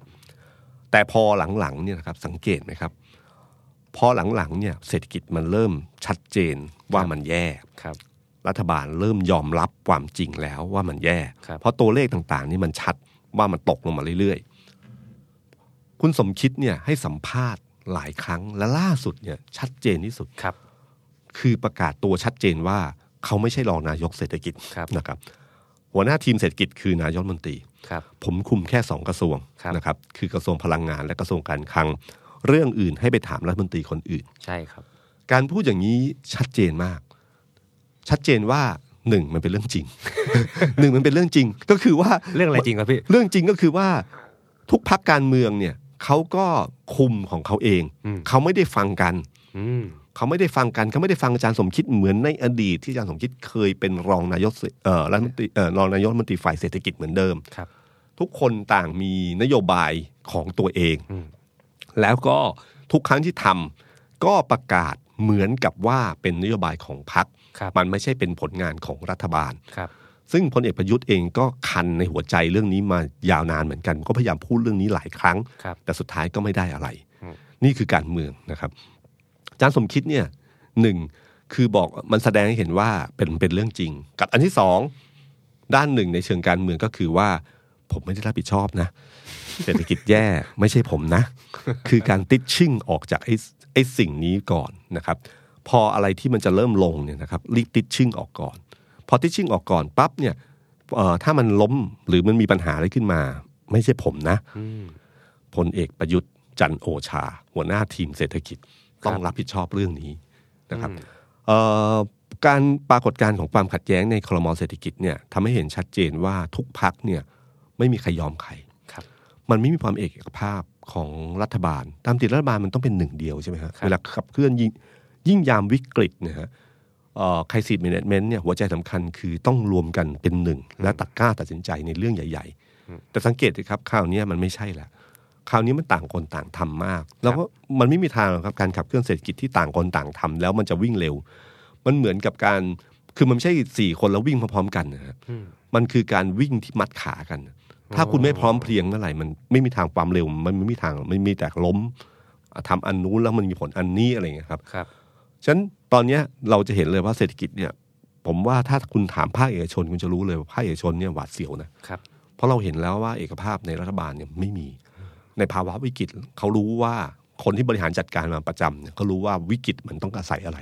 B: แต่พอหลังๆเนี่ยนะครับสังเกตไหมครับ พอหลังๆเนี่ยเศรษฐกิจมันเริ่มชัดเจนว่ามันแย่
C: ครับ
B: รัฐบาลเริ่มยอมรับความจริงแล้วว่ามันแย่
C: ครับ
B: เพราะตัวเลขต่างๆ นี่มันชัดว่ามันตกลงมาเรื่อยๆ คุณสมคิดเนี่ยให้สัมภาษณ์หลายครั้งและล่าสุดเนี่ยชัดเจนที่สุด
C: ครับ
B: คือประกาศตัวชัดเจนว่าเขาไม่ใช่รองนายกเศรษฐกิจ
C: ครับ
B: นะครับ หัวหน้าทีมเศรษฐกิจคือนายกรัฐมนตรี
C: ครับ
B: ผมคุมแค่สองกระทรวง
C: ครับ
B: นะครับคือกระทรวงพลังงานและกระทรวงการคลัง เรื่องอื่นให้ไปถามรัฐมนตรีคนอื่น
C: ใช่ครับ
B: การพูดอย่างนี้ชัดเจนมาก ชัดเจนว่าหนึ่งมันเป็นเรื่องจริง หนึ่งมันเป็นเรื่องจริง ก็คือว่า
C: เรื่องอะไรจริงครับพี่
B: เรื่องจริงก็คือว่าทุกพักการเมืองเนี่ยเขาก็คุมของเขาเอง
C: อืม
B: เขาไม่ได้ฟังกัน
C: อืม
B: เขาไม่ได้ฟังกันเขาไม่ได้ฟังอาจารย์สมคิดเหมือนในอดีตที่อาจารย์สมคิดเคยเป็นรองนายกเศรษเอ่อรัฐมนตรีเอ่อรองนายกรัฐมนตรีฝ่ายเศรษฐกิจเหมือนเดิม
C: ครับ
B: ทุกคนต่างมีนโยบายของตัวเอง
C: อืม
B: แล้วก็ทุกครั้งที่ทำก็ประกาศเหมือนกับว่าเป็นนโยบายของพรรค
C: ครับ
B: มันไม่ใช่เป็นผลงานของรัฐบาล
C: ครับ
B: ซึ่งพลเอกประยุทธ์เองก็คันในหัวใจเรื่องนี้มายาวนานเหมือนกัน ก็พยายามพูดเรื่องนี้หลายครั้ง
C: ครับ
B: แต่สุดท้ายก็ไม่ได้อะไร
C: อืม
B: นี่คือการเมืองนะครับอาจารย์สมคิดเนี่ยหนึ่งคือบอกมันแสดงให้เห็นว่าเป็นเป็นเรื่องจริง กับอันที่สองด้านหนึ่งในเชิงการเมืองก็คือว่า ผมไม่ได้รับผิดชอบนะ เศรษฐกิจแย่ไม่ใช่ผมนะ คือการติดชิ่งออกจากไอ้ไอ้สิ่งนี้ก่อนนะครับ พออะไรที่มันจะเริ่มลงเนี่ยนะครับรีบติดชิ่งออกก่อน พอติดชิ่งออกก่อนปั๊บเนี่ยเอ่อถ้ามันล้มหรือมันมีปัญหาอะไรขึ้นมา ไม่ใช่ผมนะ
C: อืม
B: พลเอกประยุทธ์จันทร์โอชา หัวหน้าทีมเศรษฐกิจ
C: ครับ
B: ต้องรับผิดชอบเรื่องนี้นะครับ
C: อืม
B: เอ่อการปรากฏการณ์ของความขัดแย้งในคลมเศรษฐกิจเนี่ยทำให้เห็นชัดเจนว่าทุกพักเนี่ยไม่มีใครยอมใคร
C: ครับ
B: มันไม่มีความเอกภาพของรัฐบาล ตามติดรัฐบาลมันต้องเป็นหนึ่งเดียวใช่ไหมฮะ
C: ครับ
B: เวลาขับเคลื่อนยิ่งยิ่งยามวิกฤตเนะฮะ ไคซีดเมเนจเมนต์เนี่ยหัวใจสำคัญคือต้องรวมกันเป็นหนึ่ง และตักกล้าตัดสินใจในเรื่องใหญ่ ๆ แต่สังเกตสิครับข่าวเนี้ยมันไม่ใช่ละข่าวนี้มันต่างคนต่างทำมาก แล้วก็มันไม่มีทางหรอกครับการขับเคลื่อนเศรษฐกิจที่ต่างคนต่างทำแล้วมันจะวิ่งเร็ว มันเหมือนกับการคือมันไม่ใช่สี่คนแล้ววิ่งพร้อมๆกันนะครับมันคือการวิ่งที่มัดขากัน ถ้าคุณไม่พร้อมเพรียงเมื่อไหร่มันไม่มีทางความเร็ว มันไม่มีทางมันมีแต่ล้มทำอันนู้นแล้วมันมีผลอันนี้อะไรอย่างเงี้ยครับ
C: ครับ
B: ฉะนั้นตอนเนี้ยเราจะเห็นเลยว่าเศรษฐกิจเนี่ย ผมว่าถ้าคุณถามภาคเอกชนคุณจะรู้เลยว่าภาคเอกชนเนี่ยหวาดเสียวนะครับ เพราะเราเห็นแล้วว่าเอกภาพในรัฐบาลเนี่ยไม่มี ในภาวะวิกฤตเขารู้ว่าคนที่บริหารจัดการมาประจำเนี่ยเขารู้ว่าวิกฤตมันต้องอาศัยอะไร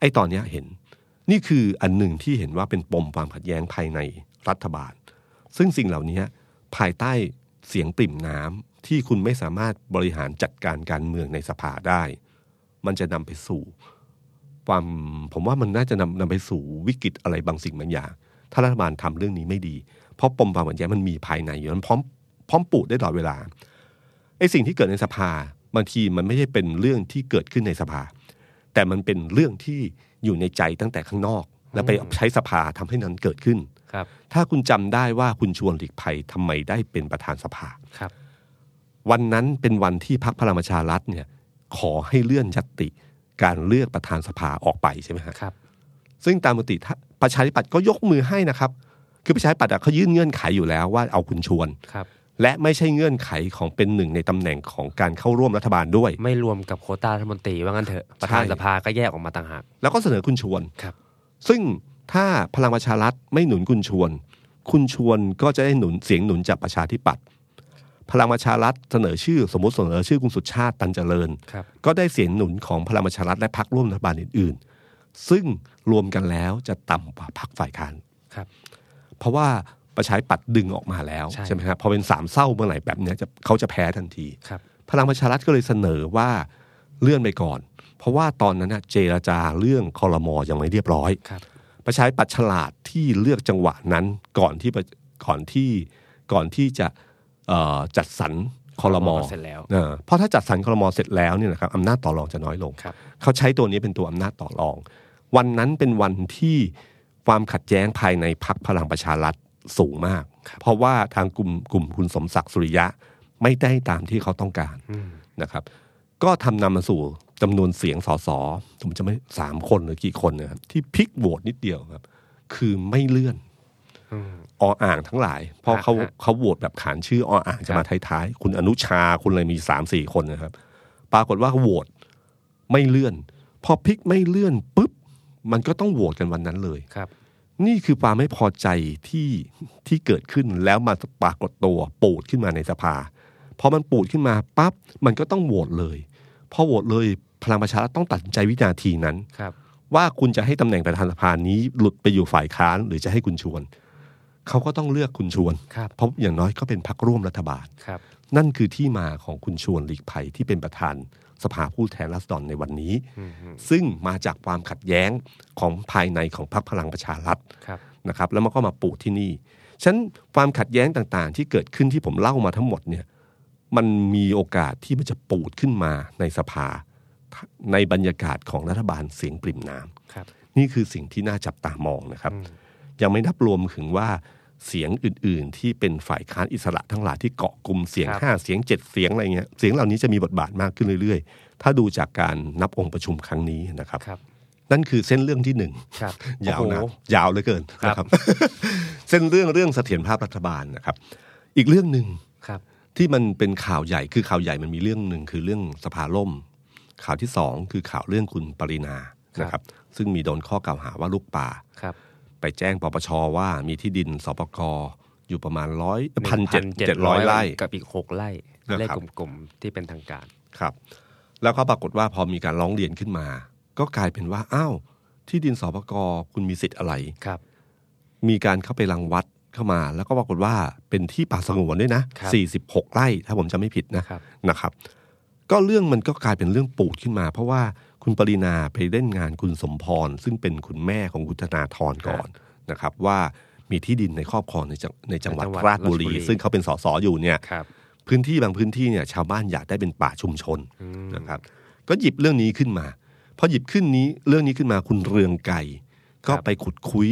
B: ไอ้ตอนเนี้ยเห็น นี่คืออันหนึ่งที่เห็นว่าเป็นปมความขัดแย้งภายในรัฐบาล ซึ่งสิ่งเหล่านี้ภายใต้เสียงปริ่มน้ำที่คุณไม่สามารถบริหารจัดการการเมืองในสภาได้ มันจะนำไปสู่ ความผมว่ามันน่าจะนำนำไปสู่วิกฤตอะไรบางสิ่งบางอย่าง ถ้ารัฐบาลทำเรื่องนี้ไม่ดี เพราะปมความขัดแย้งมันมีภายในอยู่มันพร้อมพร้อมปลูกได้ตลอดเวลาไอ้สิ่งที่เกิดในสภาบางทีมันไม่ได้เป็นเรื่องที่เกิดขึ้นในสภา แต่มันเป็นเรื่องที่อยู่ในใจตั้งแต่ข้างนอก แล้วไปใช้สภาทำให้นั้นเกิดขึ้น
C: ครับ
B: ถ้าคุณจำได้ว่าคุณชวนหลีกภัยทำไมได้เป็นประธานสภา
C: ครับ
B: วันนั้นเป็นวันที่พรรคพลังประชารัฐเนี่ยขอให้เลื่อนยตติการเลือกประธานสภาออกไปใช่ไหมฮะ
C: ครับ
B: ซึ่งตามปกติถ้าประชาธิปัตย์ก็ยกมือให้นะครับ คือประชาธิปัตย์อะเขายื่นเงื่อนไขอยู่แล้วว่าเอาคุณชวน
C: ครับ
B: และไม่ใช่เงื่อนไขของเป็นหนึ่งในตำแหน่งของการเข้าร่วมรัฐบาลด้วย
C: ไม่รวมกับโควต้ารัฐมนตรีว่างั้นเถอะประธาน
B: ใช่
C: สภาก็แยกออกมาต่างหาก
B: แล้วก็เสนอคุณชวน
C: ครับ
B: ซึ่งถ้าพลังประชารัฐไม่หนุนคุณชวน คุณชวนก็จะได้หนุนเสียงหนุนจากประชาธิปัตย์พลังประชารัฐเสนอชื่อ สมมติเสนอชื่อคุณสุชาติตันเจริญ
C: ครับ
B: ก็ได้เสียงหนุนของพลังประชารัฐและพรรคร่วมรัฐบาลอื่นๆ ซึ่งรวมกันแล้วจะต่ำกว่าพรรคฝ่ายค้าน
C: ครับ
B: เพราะว่าประชาธิปัตย์ดึงออกมาแล้ว
C: ใช่
B: ไหมครับพอเป็นสามเศร้าเมื่อไหร่แบบเนี้ยจะเขาจะแพ้ทันที
C: ครับ
B: พลังประชารัฐก็เลยเสนอว่าเลื่อนไปก่อน เพราะว่าตอนนั้นน่ะเจรจาเรื่องคอรมอยังไม่เรียบร้อย
C: ครับ
B: ประชาธิปัตย์ฉลาดที่เลือกจังหวะนั้นก่อนที่ประก่อนที่ก่อนที่จะเอ่อจัดสรรคอรมอ
C: เสร็จแล้ว
B: เออเพราะถ้าจัดสรรคอรมอเสร็จแล้วเนี่ยนะครับอำนาจต่อรองจะน้อยลง
C: ครับ
B: เขาใช้ตัวนี้เป็นตัวอำนาจต่อรอง วันนั้นเป็นวันที่ความขัดแย้งภายในพักพลังประชารัฐสูงมาก เพราะว่าทางกลุ่มกลุ่มคุณสมศักดิ์สุริยะไม่ได้ตามที่เขาต้องการนะครับ ก็ทำนำมาสู่จำนวนเสียงสสผมจะไม่สามคนหรือกี่คนนะครับที่พลิกโหวตนิดเดียวครับ คือไม่เลื่อนออ่างทั้งหลาย เพราะเขา
C: ฮะฮะ
B: เขาโหวตแบบขานชื่อออ่างจะมาท้ายๆคุณอนุชาคุณอะไรมีสามสี่คนนะครับ ปรากฏว่าโหวต ไม่เลื่อน พอพลิกไม่เลื่อนปุ๊บ มันก็ต้องโหวตกันวันนั้นเลย
C: ครับ
B: นี่คือความไม่พอใจที่ที่เกิดขึ้นแล้วมาปรากฏตัวปูดขึ้นมาในสภาพอมันปูดขึ้นมาปั๊บมันก็ต้องโหวตเลยพอโหวตเลยพลังประชารัฐต้องตัดสินใจวินาทีนั้น
C: ครับ
B: ว่าคุณจะให้ตำแหน่งประธานสภานี้หลุดไปอยู่ฝ่ายค้านหรือจะให้คุณชวน เขาก็ต้องเลือกคุณชวน
C: ครับ
B: เพราะอย่างน้อยก็เป็นพรรคร่วมรัฐบาล
C: ครับ
B: นั่นคือที่มาของคุณชวนหลีกภัยที่เป็นประธานสภาผู้แทนราษฎรในวันนี้ ซึ่งมาจากความขัดแย้งของภายในของพรรคพลังประชารัฐ
C: ครับ
B: นะครับแล้วมันก็มาปูที่นี่ฉะนันความขัดแย้งต่างๆ ที่เกิดขึ้นที่ผมเล่ามาทั้งหมดเนี่ยมันมีโอกาสที่มันจะปูดขึ้นมาในสภา ในบรรยากาศของรัฐบาลเสียงปริ่มน้ำ
C: ครับ
B: นี่คือสิ่งที่น่าจับตามองนะครับ ยังไม่นับรวมถึงว่าเสียงอื่น ๆ ที่เป็นฝ่ายค้านอิสระทั้งหลายที่เกาะกลุ่มเสียง
C: ครับ
B: ห้าเสียงเจ็ดเสียงอะไรเงี้ยเสียงเหล่านี้จะมีบทบาทมากขึ้นเรื่อย ๆ ถ้าดูจากการนับองค์ประชุมครั้งนี้นะครับ
C: ครับ
B: นั่นคือเส้นเรื่องที่หนึ่ง
C: ครับ
B: ยาวนะ
C: โอ้โห
B: ยาวเหลือเกิน
C: ครับ
B: นะครับ เส้นเรื่องเรื่องเสถียรภาพรัฐบาลนะครับ อีกเรื่องหนึ่ง
C: ครับ
B: ที่มันเป็นข่าวใหญ่คือข่าวใหญ่มันมีเรื่องหนึ่งคือเรื่องสภาล่ม ข่าวที่สองคือข่าวเรื่องคุณปรินา
C: ครับ
B: นะครับ ซึ่งมีโดนข้อกล่าวหาว่าลูกป่า
C: ครับ
B: ไปแจ้งปปชว่ามีที่ดินสปกอยู่ประมาณร้อยพันเจ็ดเจ็ดร้อย
C: 1,700
B: ไร่
C: กับอีกหกไร่
B: นะครับ
C: เลขกลมๆที่เป็นทางการ
B: ครับ แล้วก็ปรากฏว่าพอมีการร้องเรียนขึ้นมา ก็กลายเป็นว่าอ้าวที่ดินสปกคุณมีสิทธิ์อะไร
C: ครับ
B: มีการเข้าไปรังวัดเข้ามา แล้วก็ปรากฏว่าเป็นที่ป่าสงวนด้วยนะครับ สี่สิบหกไร่ถ้าผมจำไม่ผิดนะ
C: ครับ
B: นะครับ ก็เรื่องมันก็กลายเป็นเรื่องปูดขึ้นมา เพราะว่าคุณปรินาไปเล่นงานคุณสมพร ซึ่งเป็นคุณแม่ของคุณธนาธรก่อนนะครับ ว่ามีที่ดินในครอบครองในจังในจังหวัด
C: ในจังหวัด
B: ราชบุ
C: ราชบุ
B: รี
C: รี
B: ซึ่งเขาเป็นสสอยู่เนี่ย
C: ครับ
B: พื้นที่บางพื้นที่เนี่ยชาวบ้านอยากได้เป็นป่าชุมชนนะครับ ก็หยิบเรื่องนี้ขึ้นมา พอหยิบขึ้นนี้เรื่องนี้ขึ้นมาคุณเรืองไกรก็ไปขุดคุย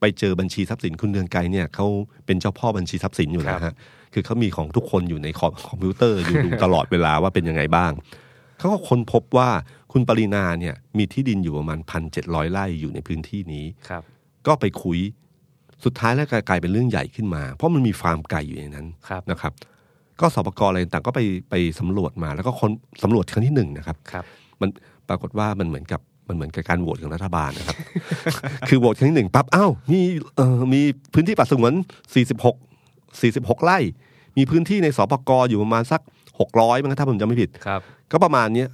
B: ไปเจอบัญชีทรัพย์สินคุณเรืองไกรเนี่ยเขาเป็นเจ้าพ่อบัญชีทรัพย์สินอยู่แล้วฮะคือเขามีของทุกคนอยู่ในคอมคอมพิวเตอร์อยู่ ดูตลอดเวลาว่าเป็นยังไงบ้างเขาก็ค้นพบว่าคุณปรินาเนี่ยมีที่ดินอยู่ประมาณพันเจ็ดร้อยไร่อยู่ในพื้นที่นี้
C: ครับ
B: ก็ไปคุยสุดท้ายแล้วกลายเป็นเรื่องใหญ่ขึ้นมา เพราะมันมีฟาร์มไก่อยู่ในนั้น
C: ครับ
B: นะครับ ก็สปกอะไรต่างๆก็ไปไปสำรวจมาแล้วก็คนสำรวจครั้งที่หนึ่งนะครับ
C: ครับ
B: มันปรากฏว่ามันเหมือนกับมันเหมือนกับการโหวตของรัฐบาลนะครับ คือโหวตครั้งที่หนึ่งปั๊บอ้าวมีเอ่อมีพื้นที่ป่าสงวน46 46 ไร่ มีพื้นที่ในสปกอยู่ประมาณสัก 600มั้งครับถ้าผมจำไม่ผิด
C: ครับ
B: ก็ประมาณเนี้ย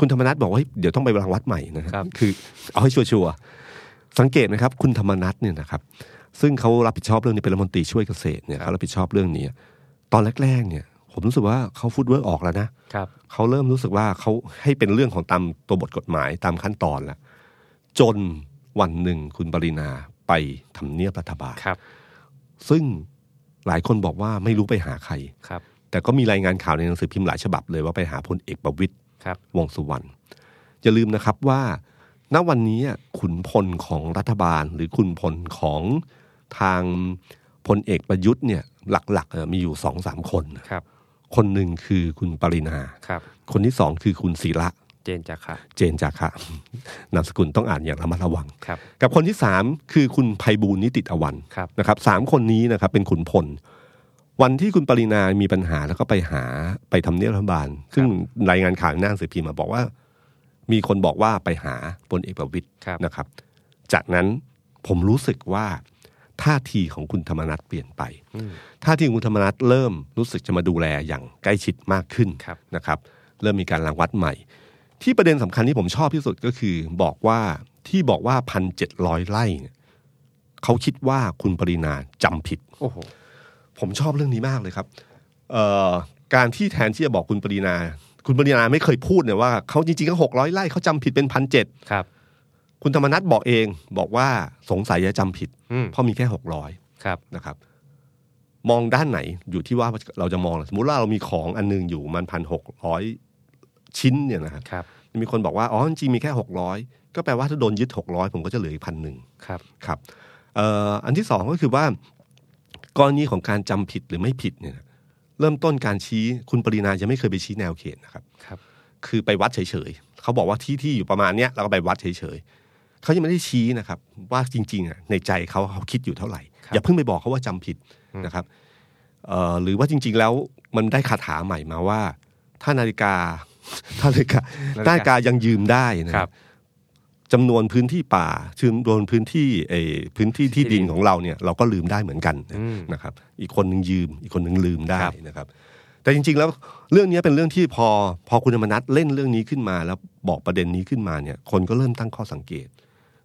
B: คุณธรรมนัฐบอกว่าเฮ้ยเดี๋ยวต้องไปรังวัดใหม่นะค
C: ครั
B: รับบ คือเอาให้ชัวร์ๆสังเกตนะครับ คุณธรรมนัฐเนี่ยนะครับ ซึ่งเขารับผิดชอบเรื่องนี้เป็นรัฐมนตรีช่วยเกษตรเนี่ยเขารับผิดชอบเรื่องนี้ ตอนแรกๆเนี่ย ผมรู้สึกว่าเขาฟุตเวิร์กออกแล้วนะ
C: ครับ
B: เขาเริ่มรู้สึกว่าเขาให้เป็นเรื่องของตามตัวบทกฎหมายตามขั้นตอนแล้วจนวันหนึ่งคุณปรินาไปทำเนียบรัฐบาล
C: ครับ
B: ซึ่งหลายคนบอกว่าไม่รู้ไปหาใคร
C: ครับ
B: แต่ก็มีรายงานข่าวในหนังสือพิมพ์หลายฉบับเลยว่าไปหาพลเอกประวิตย
C: ครับ
B: วงษ์สุวรรณอย่าลืมนะครับว่าณวันนี้ขุนพลของรัฐบาล หรือขุนพลของทางพลเอกประยุทธ์เนี่ยหลักๆเอ่อมีอยู่สองสามคน
C: ครับ
B: คนหนึ่งคือคุณปรินา
C: ครับ
B: คนที่สองคือคุณศิระ
C: เจนจากค่ะ
B: เจนจาคะนามสกุลต้องอ่านอย่างระมัดระวัง
C: ครับ
B: กับคนที่สามคือคุณภัยบูลย์นิติตะวัน
C: ครับ
B: นะครับสามคนนี้นะครับเป็นขุนพล วันที่คุณปรินามีปัญหาแล้วก็ไปหาไปทำเนียบรัฐบาล ซึ่งรายงานข่าวหน้าหนังสือพิมพ์มาบอกว่า มีคนบอกว่าไปหาพลเอกประวิตย
C: ครับ
B: นะครับ จากนั้นผมรู้สึกว่าท่าทีของคุณธรรมนัฐเปลี่ยนไปท่าทีของคุณธรรมนัฐเริ่มรู้สึกจะมาดูแลอย่างใกล้ชิดมากขึ้น
C: ครับ
B: นะครับเริ่มมีการรังวัดใหม่ ที่ประเด็นสำคัญที่ผมชอบที่สุดก็คือ บอกว่าที่บอกว่าพันเจ็ดร้อยไร่เนี่ยเขาคิดว่าคุณปรินาจำผิด
C: โอ้โห
B: ผมชอบเรื่องนี้มากเลยครับเอ่อการที่แทนที่จะบอกคุณปรินา คุณปรินาไม่เคยพูดเนี่ยว่าเขาจริงๆก็หกร้อยไร่เขาจำผิดเป็นพันเจ็ด
C: ครับ
B: คุณธรรมนัฐบอกเองบอกว่าสงสัยจะจำผิด
C: อืม
B: เพราะมีแค่หกร้อย
C: ครับ
B: นะครับมองด้านไหนอยู่ที่ว่าเราจะมองสมมุติว่าเรามีของอันหนึงอยู่มันพันหกร้อยชิ้นเนี่ยนะครับ
C: ครับ
B: มีคนบอกว่าอ๋อจริงๆมีแค่หกร้อยก็แปลว่าถ้าโดนยึดหกร้อยผมก็จะเหลืออีกพันหนึ่ง
C: ครับ
B: ครับเอ่ออันที่สองก็คือว่า กรณีของการจำผิดหรือไม่ผิดเนี่ยนะเริ่มต้นการชี้คุณปรินายังไม่เคยไปชี้แนวเขตนะครับ
C: ครับ
B: คือไปวัดเฉยๆ เขาบอกว่าที่ที่อยู่ประมาณเนี้ยเราก็ไปวัดเฉยๆ เขายังไม่ได้ชี้นะครับ ว่าจริงๆอ่ะในใจเขาเขาคิดอยู่เท่าไหร่
C: ครับ
B: อย่าเพิ่งไปบอกเขาว่าจำผิดนะครับเอ่อหรือว่าจริง ๆ แล้วมันได้คาถาใหม่มาว่า ถ้านาฬิกา ถ้านาฬิกานา
C: นา
B: ฬิกาก
C: ฬิา
B: ยังยืมได้นะ
C: ค
B: ค
C: รั
B: รับ บจำนวนพื้นที่ป่าจำนวนพื้นที่เออพื้นที่ที่ดินของเราเนี่ย เราก็ลืมได้เหมือนกัน
C: อืม
B: นะครับ อีกคนหนึ่งยืม อีกคนหนึ่งลืมได้
C: ครับ
B: นะครับ แต่จริง ๆ แล้วเรื่องนี้เป็นเรื่องที่พอพอคุณธรรมนัทเล่นเรื่องนี้ขึ้นมา แล้วบอกประเด็นนี้ขึ้นมาเนี่ย คนก็เริ่มตั้งข้อสังเกต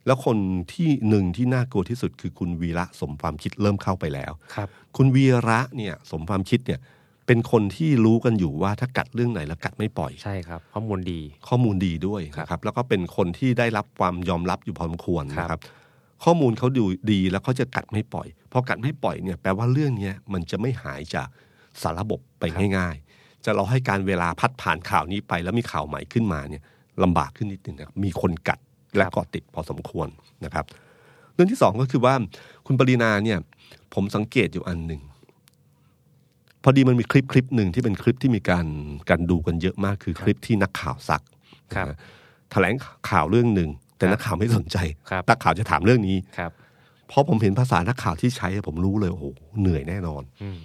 B: แล้วคนที่หนึ่งที่น่ากลัวที่สุดคือคุณวีระสมความคิดเริ่มเข้าไปแล้ว
C: ครับ
B: คุณวีระเนี่ยสมความคิดเนี่ยเป็นคนที่รู้กันอยู่ว่าถ้ากัดเรื่องไหนแล้วกัดไม่ปล่อย
C: ใช่ครับ ข้อมูลดี
B: ข้อมูลดีด้วยนะครับ แล้วก็เป็นคนที่ได้รับความยอมรับอยู่พอสมควรนะครับ ข้อมูลเขาดูดีแล้วเขาจะกัดไม่ปล่อยพอกัดไม่ปล่อยเนี่ยแปลว่าเรื่องเนี้ยมันจะไม่หายจากสารระบบไปง่ายๆ จะเราให้การเวลาพัดผ่านข่าวนี้ไป แล้วมีข่าวใหม่ขึ้นมาเนี่ยลำบากขึ้นนิดนึงนะครับมีคนกัดและเกาะติดพอสมควรนะครับ เรื่องที่สองก็คือว่าคุณปรินาเนี่ย ผมสังเกตอยู่อันหนึ่ง พอดีมันมีคลิปคลิปหนึ่งที่เป็นคลิปที่มีการการดูกันเยอะมากคือคลิปที่นักข่าวซัก
C: ครับ
B: นะฮะแถลงข่าวเรื่องหนึ่งแต่นักข่าวไม่สนใจ
C: ครับ
B: นักข่าวจะถามเรื่องนี้
C: ครับ
B: เพราะผมเห็นภาษานักข่าวที่ใช้อะผมรู้เลยโอ้โหเหนื่อยแน่นอน
C: อืม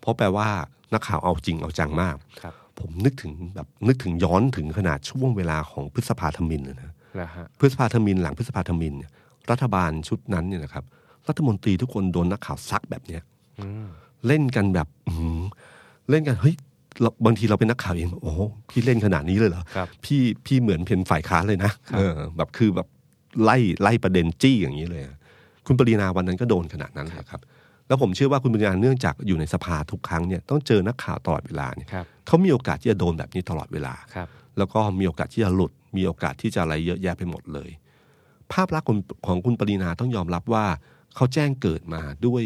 B: เพราะแปลว่านักข่าวเอาจริงเอาจังมาก
C: ครับ
B: ผมนึกถึงแบบนึกถึงย้อนถึงขนาดช่วงเวลาของพฤษภาธมินเลยนะ
C: แล้วฮะ
B: พฤษภาธมินหลังพฤษภาธมินเนี่ยรัฐบาลชุดนั้นเนี่ยนะครับ รัฐมนตรีทุกคนโดนนักข่าวซักแบบเนี้ย
C: อืม
B: เล่นกันแบบอื้อหือเล่นกันเฮ้ยเราบางทีเราเป็นนักข่าวเองโอ้โหพี่เล่นขนาดนี้เลยเหรอ
C: ครับ
B: พี่พี่เหมือนเพนฝ่ายค้านเลยนะครับ เออแบบคือแบบไล่ไล่ประเด็นจี้อย่างนี้เลยอะคุณปรีนาวันนั้นก็โดนขนาดนั้นแหละครับ แล้วผมเชื่อว่าคุณปรีนาเนื่องจากอยู่ในสภาทุกครั้งเนี่ยต้องเจอนักข่าวตลอดเวลาเนี่ย
C: ครับ
B: เขามีโอกาสที่จะโดนแบบนี้ตลอดเวลา
C: ครับ
B: แล้วก็มีโอกาสที่จะหลุด มีโอกาสที่จะอะไรเยอะแยะไปหมดเลย ภาพลักษณ์ของของคุณปรินาต้องยอมรับว่าเขาแจ้งเกิดมาด้วย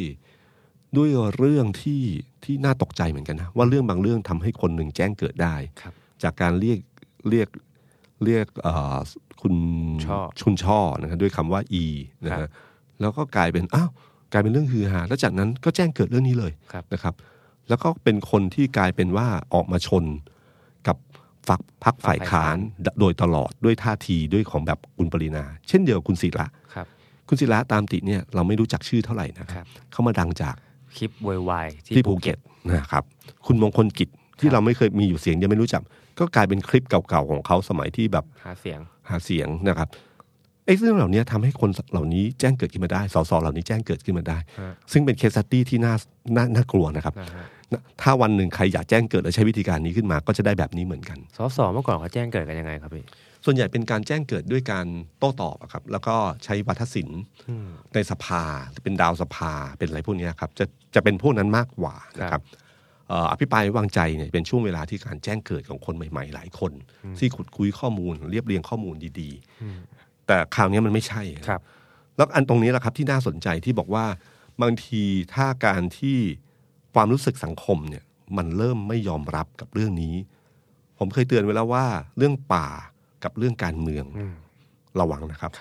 B: ด้วยเรื่องที่ที่น่าตกใจเหมือนกันนะ ว่าเรื่องบางเรื่องทำให้คนหนึ่งแจ้งเกิดได้
C: ครับ
B: จากการเรียกเรียก เรียกเอ่อคุณ
C: ช่อ
B: คุณช่อนะครับด้วยคำว่า E นะ
C: ครั
B: ฮะ
C: บ
B: แล้วก็กลายเป็นอ้าวกลายเป็นเรื่องฮือฮาแล้วจากนั้นก็แจ้งเกิดเรื่องนี้เลย
C: ครับ
B: นะครับแล้วก็เป็นคนที่กลายเป็นว่าออกมาชนกับฝักพักฝ่ายค้านโดยตลอดด้วยท่าทีด้วยของแบบคุณปรินา เช่นเดียวกับคุณศิระ
C: ครับ
B: คุณศิระตามติเนี่ยเราไม่รู้จักชื่อเท่าไหร่นะครับ เขามาดังจาก
C: คลิปโวยวายที่
B: ที่ภูเก็ตนะครับคุณมงคลกิจที่เราไม่เคยมีอยู่เสียงเดียวไม่รู้จัก ก็กลายเป็นคลิปเก่าๆของเขาสมัยที่แบบ
C: หาเสียง
B: หาเสียงนะครับไอ้เรื่องเหล่านี้ทำให้คนเหล่านี้แจ้งเกิดขึ้นมาได้สสเหล่านี้แจ้งเกิดขึ้นมาได้
C: ฮะ
B: ซึ่งเป็นเคสตี้ที่น่าน่าน่ากลัวนะครับ
C: นะฮะ
B: นะถ้าวันหนึ่งใครอยากแจ้งเกิดและใช้วิธีการนี้ขึ้นมาก็จะได้แบบนี้เหมือนกัน
C: สสเมื่อก่อนเขาแจ้งเกิดกันยังไงครับพี่
B: ส่วนใหญ่เป็นการแจ้งเกิดด้วยการโต้ตอบอะครับ แล้วก็ใช้วัทศิลป์
C: อืม
B: ในสภาหรือเป็นดาวสภาเป็นอะไรพวกเนี้ยครับจะจะเป็นพวกนั้นมากกว่านะค
C: ครั
B: รับบ เอ่ออภิปรายไม่วางใจเนี่ยเป็นช่วงเวลาที่การแจ้งเกิดของคนใหม่ๆ หลายคน ที่ขุดคุยข้อมูลเรียบเรียงข้อมูลดีๆ แต่คราวเนี้ยมันไม่ใช่
C: ครับ
B: แล้วอันตรงนี้แหละครับที่น่าสนใจที่บอกว่าบางทีถ้าการที่ความรู้สึกสังคมเนี่ยมันเริ่มไม่ยอมรับกับเรื่องนี้ ผมเคยเตือนไว้แล้วว่า เรื่องป่ากับเรื่องการเมือง
C: อืม
B: ระวังนะครับ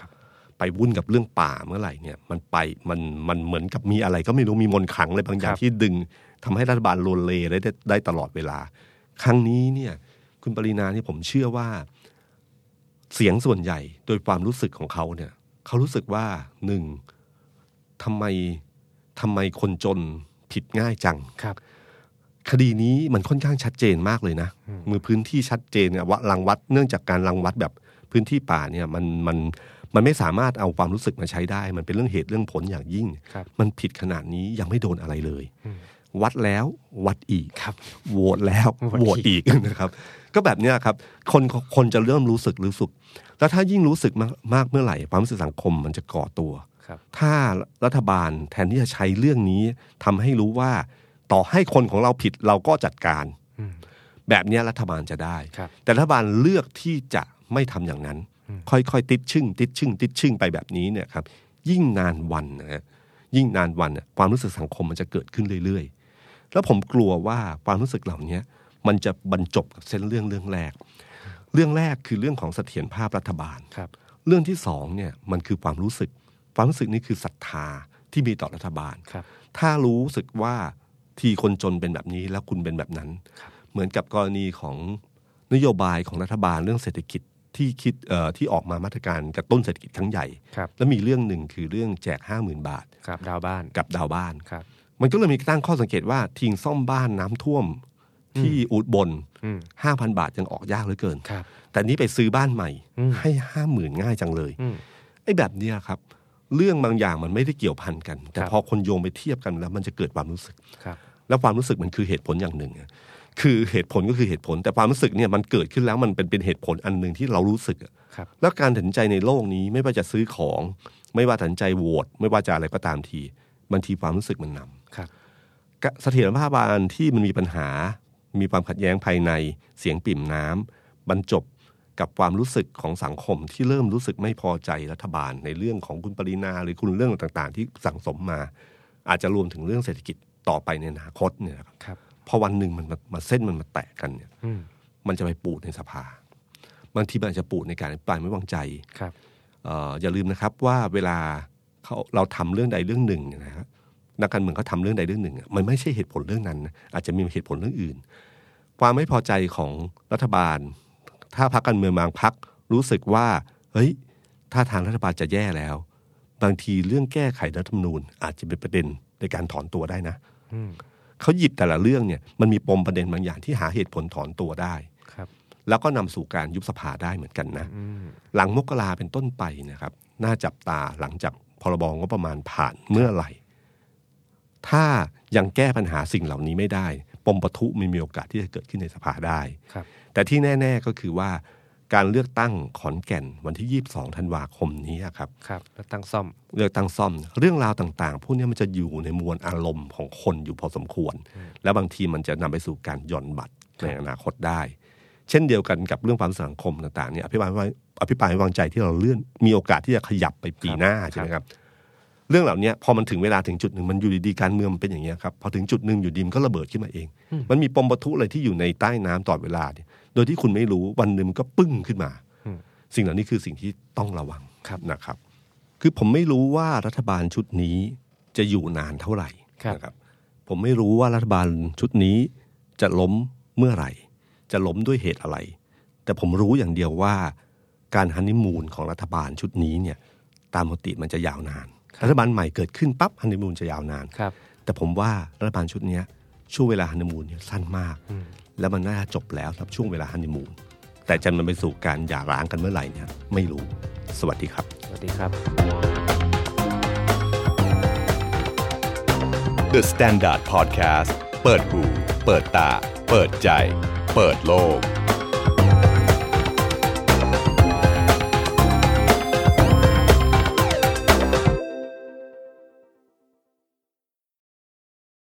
B: ไปวุ่นกับเรื่องป่าเมื่อไหร่เนี่ยมันไปมันมันเหมือนกับมีอะไร ก็ไม่รู้มีมนต์ขลังอะไรบางอย่า
C: ค
B: ง
C: รับ
B: ที่ดึงทำให้รัฐบาลโลเลได้ได้ได้ตลอดเวลา ครั้งนี้เนี่ย คุณปรินาเนี่ยผมเชื่อว่า เสียงส่วนใหญ่โดยความรู้สึกของเขาเนี่ย เขารู้สึกว่าหนึ่งทำไมทำไมคนจนผิดง่ายจัง
C: ครับ
B: คดีนี้มันค่อนข้างชัดเจนมากเลยนะ มือพื้นที่ชัดเจนเนี่ยวัดรังวัดเนื่องจากการรังวัดแบบพื้นที่ป่าเนี่ยมันมันมันไม่สามารถเอาความรู้สึกมาใช้ได้ มันเป็นเรื่องเหตุเรื่องผลอย่างยิ่ง
C: ครับ
B: มันผิดขนาดนี้ยังไม่โดนอะไรเลย วัดแล้ววัดอีกครับโหวตแล้วโหวตอีก นะครับ ก็แบบเนี้ยครับ คนคนจะเริ่มรู้สึกรู้สึก แล้วถ้ายิ่งรู้สึกมากมากเมื่อไหร่ความรู้สึกสังคมมันจะก่อตัว
C: ครับ
B: ถ้ารัฐบาลแทนที่จะใช้เรื่องนี้ทำให้รู้ว่าต่อให้คนของเราผิดเราก็จัดการ
C: อืม
B: แบบเนี้ยรัฐบาลจะได้
C: ครับ
B: แต่รัฐบาลเลือกที่จะไม่ทำอย่างนั้น ค่อยๆ ติดชึ่ง ติดชึ่ง ติดชึ่งไปแบบนี้เนี่ยครับยิ่งนานวันนะฮะยิ่งนานวันเนี่ยความรู้สึกสังคมมันจะเกิดขึ้นเรื่อยๆ แล้วผมกลัวว่าความรู้สึกเหล่านี้มันจะบรรจบกับเส้นเรื่องเรื่องแรก เรื่องแรกคือเรื่องของเสถียรภาพรัฐบาล
C: ครับ
B: เรื่องที่สองเนี่ยมันคือความรู้สึก ความรู้สึกนี่คือศรัทธาที่มีต่อรัฐบาล
C: ครับ
B: ถ้ารู้สึกว่าทีคนจนเป็นแบบนี้แล้วคุณเป็นแบบนั้น เหมือนกับกรณีของนโยบายของรัฐบาลเรื่องเศรษฐกิจที่คิดเอ่อที่ออกมามาตรการกระตุ้นเศรษฐกิจครั้งใหญ่
C: ครับ
B: แล้วมีเรื่องหนึ่งคือเรื่องแจก 5 0,000 บาท
C: ครับดาวบ้าน
B: กับดาวบ้าน
C: ครับ
B: มันก็เลยมีตั้งข้อสังเกตว่าทิ้งซ่อมบ้านน้ำท่วมที่อุบล
C: อืม
B: 5,000 บาทยังออกยากเหลือเกิน
C: ครับ
B: แต่นี้ไปซื้อบ้านใหม่
C: อืม
B: ให้ห้าหมื่นง่ายจังเลย
C: อืม
B: ไอ้แบบเนี้ยครับ เรื่องบางอย่างมันไม่ได้เกี่ยวพันกัน แต่
C: ครับ
B: พอคนโยงไปเทียบกันแล้ว มันจะเกิดความรู้สึก
C: ครับ
B: แล้วความรู้สึกมันคือเหตุผลอย่างหนึ่งอะคือเหตุผลก็คือเหตุผล แต่ความรู้สึกเนี่ยมันเกิดขึ้นแล้วมันเป็นเป็นเหตุผลอันหนึ่งที่เรารู้สึกอะ
C: ครับ
B: แล้วการตัดสินใจในโลกนี้ไม่ว่าจะซื้อของ ไม่ว่าตัดสินใจโหวตไม่ว่าจะอะไรก็ตามทีบางทีความรู้สึกมันนำ
C: ครับ
B: กะเสถียรภาพบาลที่มันมีปัญหา มีความขัดแย้งภายในเสียงปริ่มน้ำบรรจบกับความรู้สึกของสังคมที่เริ่มรู้สึกไม่พอใจรัฐบาลในเรื่องของคุณปรินาหรือคุณเรื่องต่างๆ ที่สั่งสมมา อาจจะรวมถึงเรื่องเศรษฐกิจต่อไปในอนาคตเนี่ยนะครับ
C: ครับ
B: พอวันหนึ่งมันมามาเส้นมันมาแตกกันเนี่ย
C: อืม
B: มันจะไปปูดในสภาบางทีมันอาจจะปูดในการอภิปรายไม่วางใจ
C: ครับ
B: เอ่ออย่าลืมนะครับว่าเวลาเขาเราทำเรื่องใดเรื่องหนึ่งเนี่ยนะครับนักการเมืองเขาทำเรื่องใดเรื่องหนึ่งอะมันไม่ใช่เหตุผลเรื่องนั้นนะอาจจะมีเหตุผลเรื่องอื่น ความไม่พอใจของรัฐบาล ถ้าพรรคการเมืองบางพรรครู้สึกว่าเฮ้ยถ้าทางรัฐบาลจะแย่แล้ว บางทีเรื่องแก้ไขรัฐธรรมนูญ อาจจะเป็นประเด็นในการถอนตัวได้นะ
C: อืม
B: เขาหยิบแต่ละเรื่องเนี่ยมันมีปมประเด็นบางอย่างที่หาเหตุผลถอนตัวได้
C: ครับ
B: แล้วก็นำสู่การยุบสภาได้เหมือนกันนะ
C: อืม
B: หลังมกราเป็นต้นไปนะครับ น่าจับตาหลังจากพรบงบประมาณผ่านเมื่อไหร่ ถ้ายังแก้ปัญหาสิ่งเหล่านี้ไม่ได้ ปมปะทุมันมีโอกาสที่จะเกิดขึ้นในสภาได้
C: ครับ
B: แต่ที่แน่ ๆก็คือว่าการเลือกตั้งขอนแก่นวันที่ 22 ธันวาคมนี้ครับ
C: ครับแล้วตั้งซ่อม
B: เลือกตั้งซ่อม เรื่องราวต่างๆ พวกเนี้ยมันจะอยู่ในมวลอารมณ์ของคนอยู่พอสมควร แล้วบางทีมันจะนำไปสู่การหย่อนบัตรในอนาคตได้ เช่นเดียวกันกับเรื่องความสังคมต่างๆเนี่ยอภิปรายไม่ไว้อภิปรายไม่วางใจที่เราเลื่อนมีโอกาสที่จะขยับไปปีหน้า
C: ครับ
B: ใช่ไหมครับ เรื่องเหล่าเนี้ยพอมันถึงเวลาถึงจุดหนึ่งมันอยู่ดีๆการเมืองมันเป็นอย่างเงี้ยครับพอถึงจุดหนึ่งอยู่ดีมันก็ระเบิดขึ้นมาเอง มันมีปมปะทุอะไรที่อยู่ในใต้น้ำตลอดเวลาเนี่ยโดยที่คุณไม่รู้วันหนึ่งมันก็ปึ้งขึ้นมา
C: อื
B: สิ่งเหล่านี้คือสิ่งที่ต้องระวัง
C: ครับ
B: นะครับ คือผมไม่รู้ว่ารัฐบาลชุดนี้จะอยู่นานเท่าไหร่
C: ครับ
B: นะครับ ผมไม่รู้ว่ารัฐบาลชุดนี้จะล้มเมื่อไหร่ จะล้มด้วยเหตุอะไร แต่ผมรู้อย่างเดียวว่า การฮันนีมูนของรัฐบาลชุดนี้เนี่ย ตามปกติมันจะยาวนาน รัฐบาลใหม่เกิดขึ้นปั๊บฮันนีมูนจะยาวนาน
C: ครับ
B: แต่ผมว่ารัฐบาลชุดเนี้ยช่วงเวลาฮันนีมูนเนี่ยสั้นมาก แล้วมันน่าจะจบแล้วสำหรับช่วงเวลาฮันนีมูนแต่จะมันไปสู่การหย่าร้างกันเมื่อไหร่เนี่ยไม่รู้ สวัสดีครับ
C: สวัสดีครับ
A: The Standard Podcast เปิดหูเปิดตา เปิดใจ เปิดโลก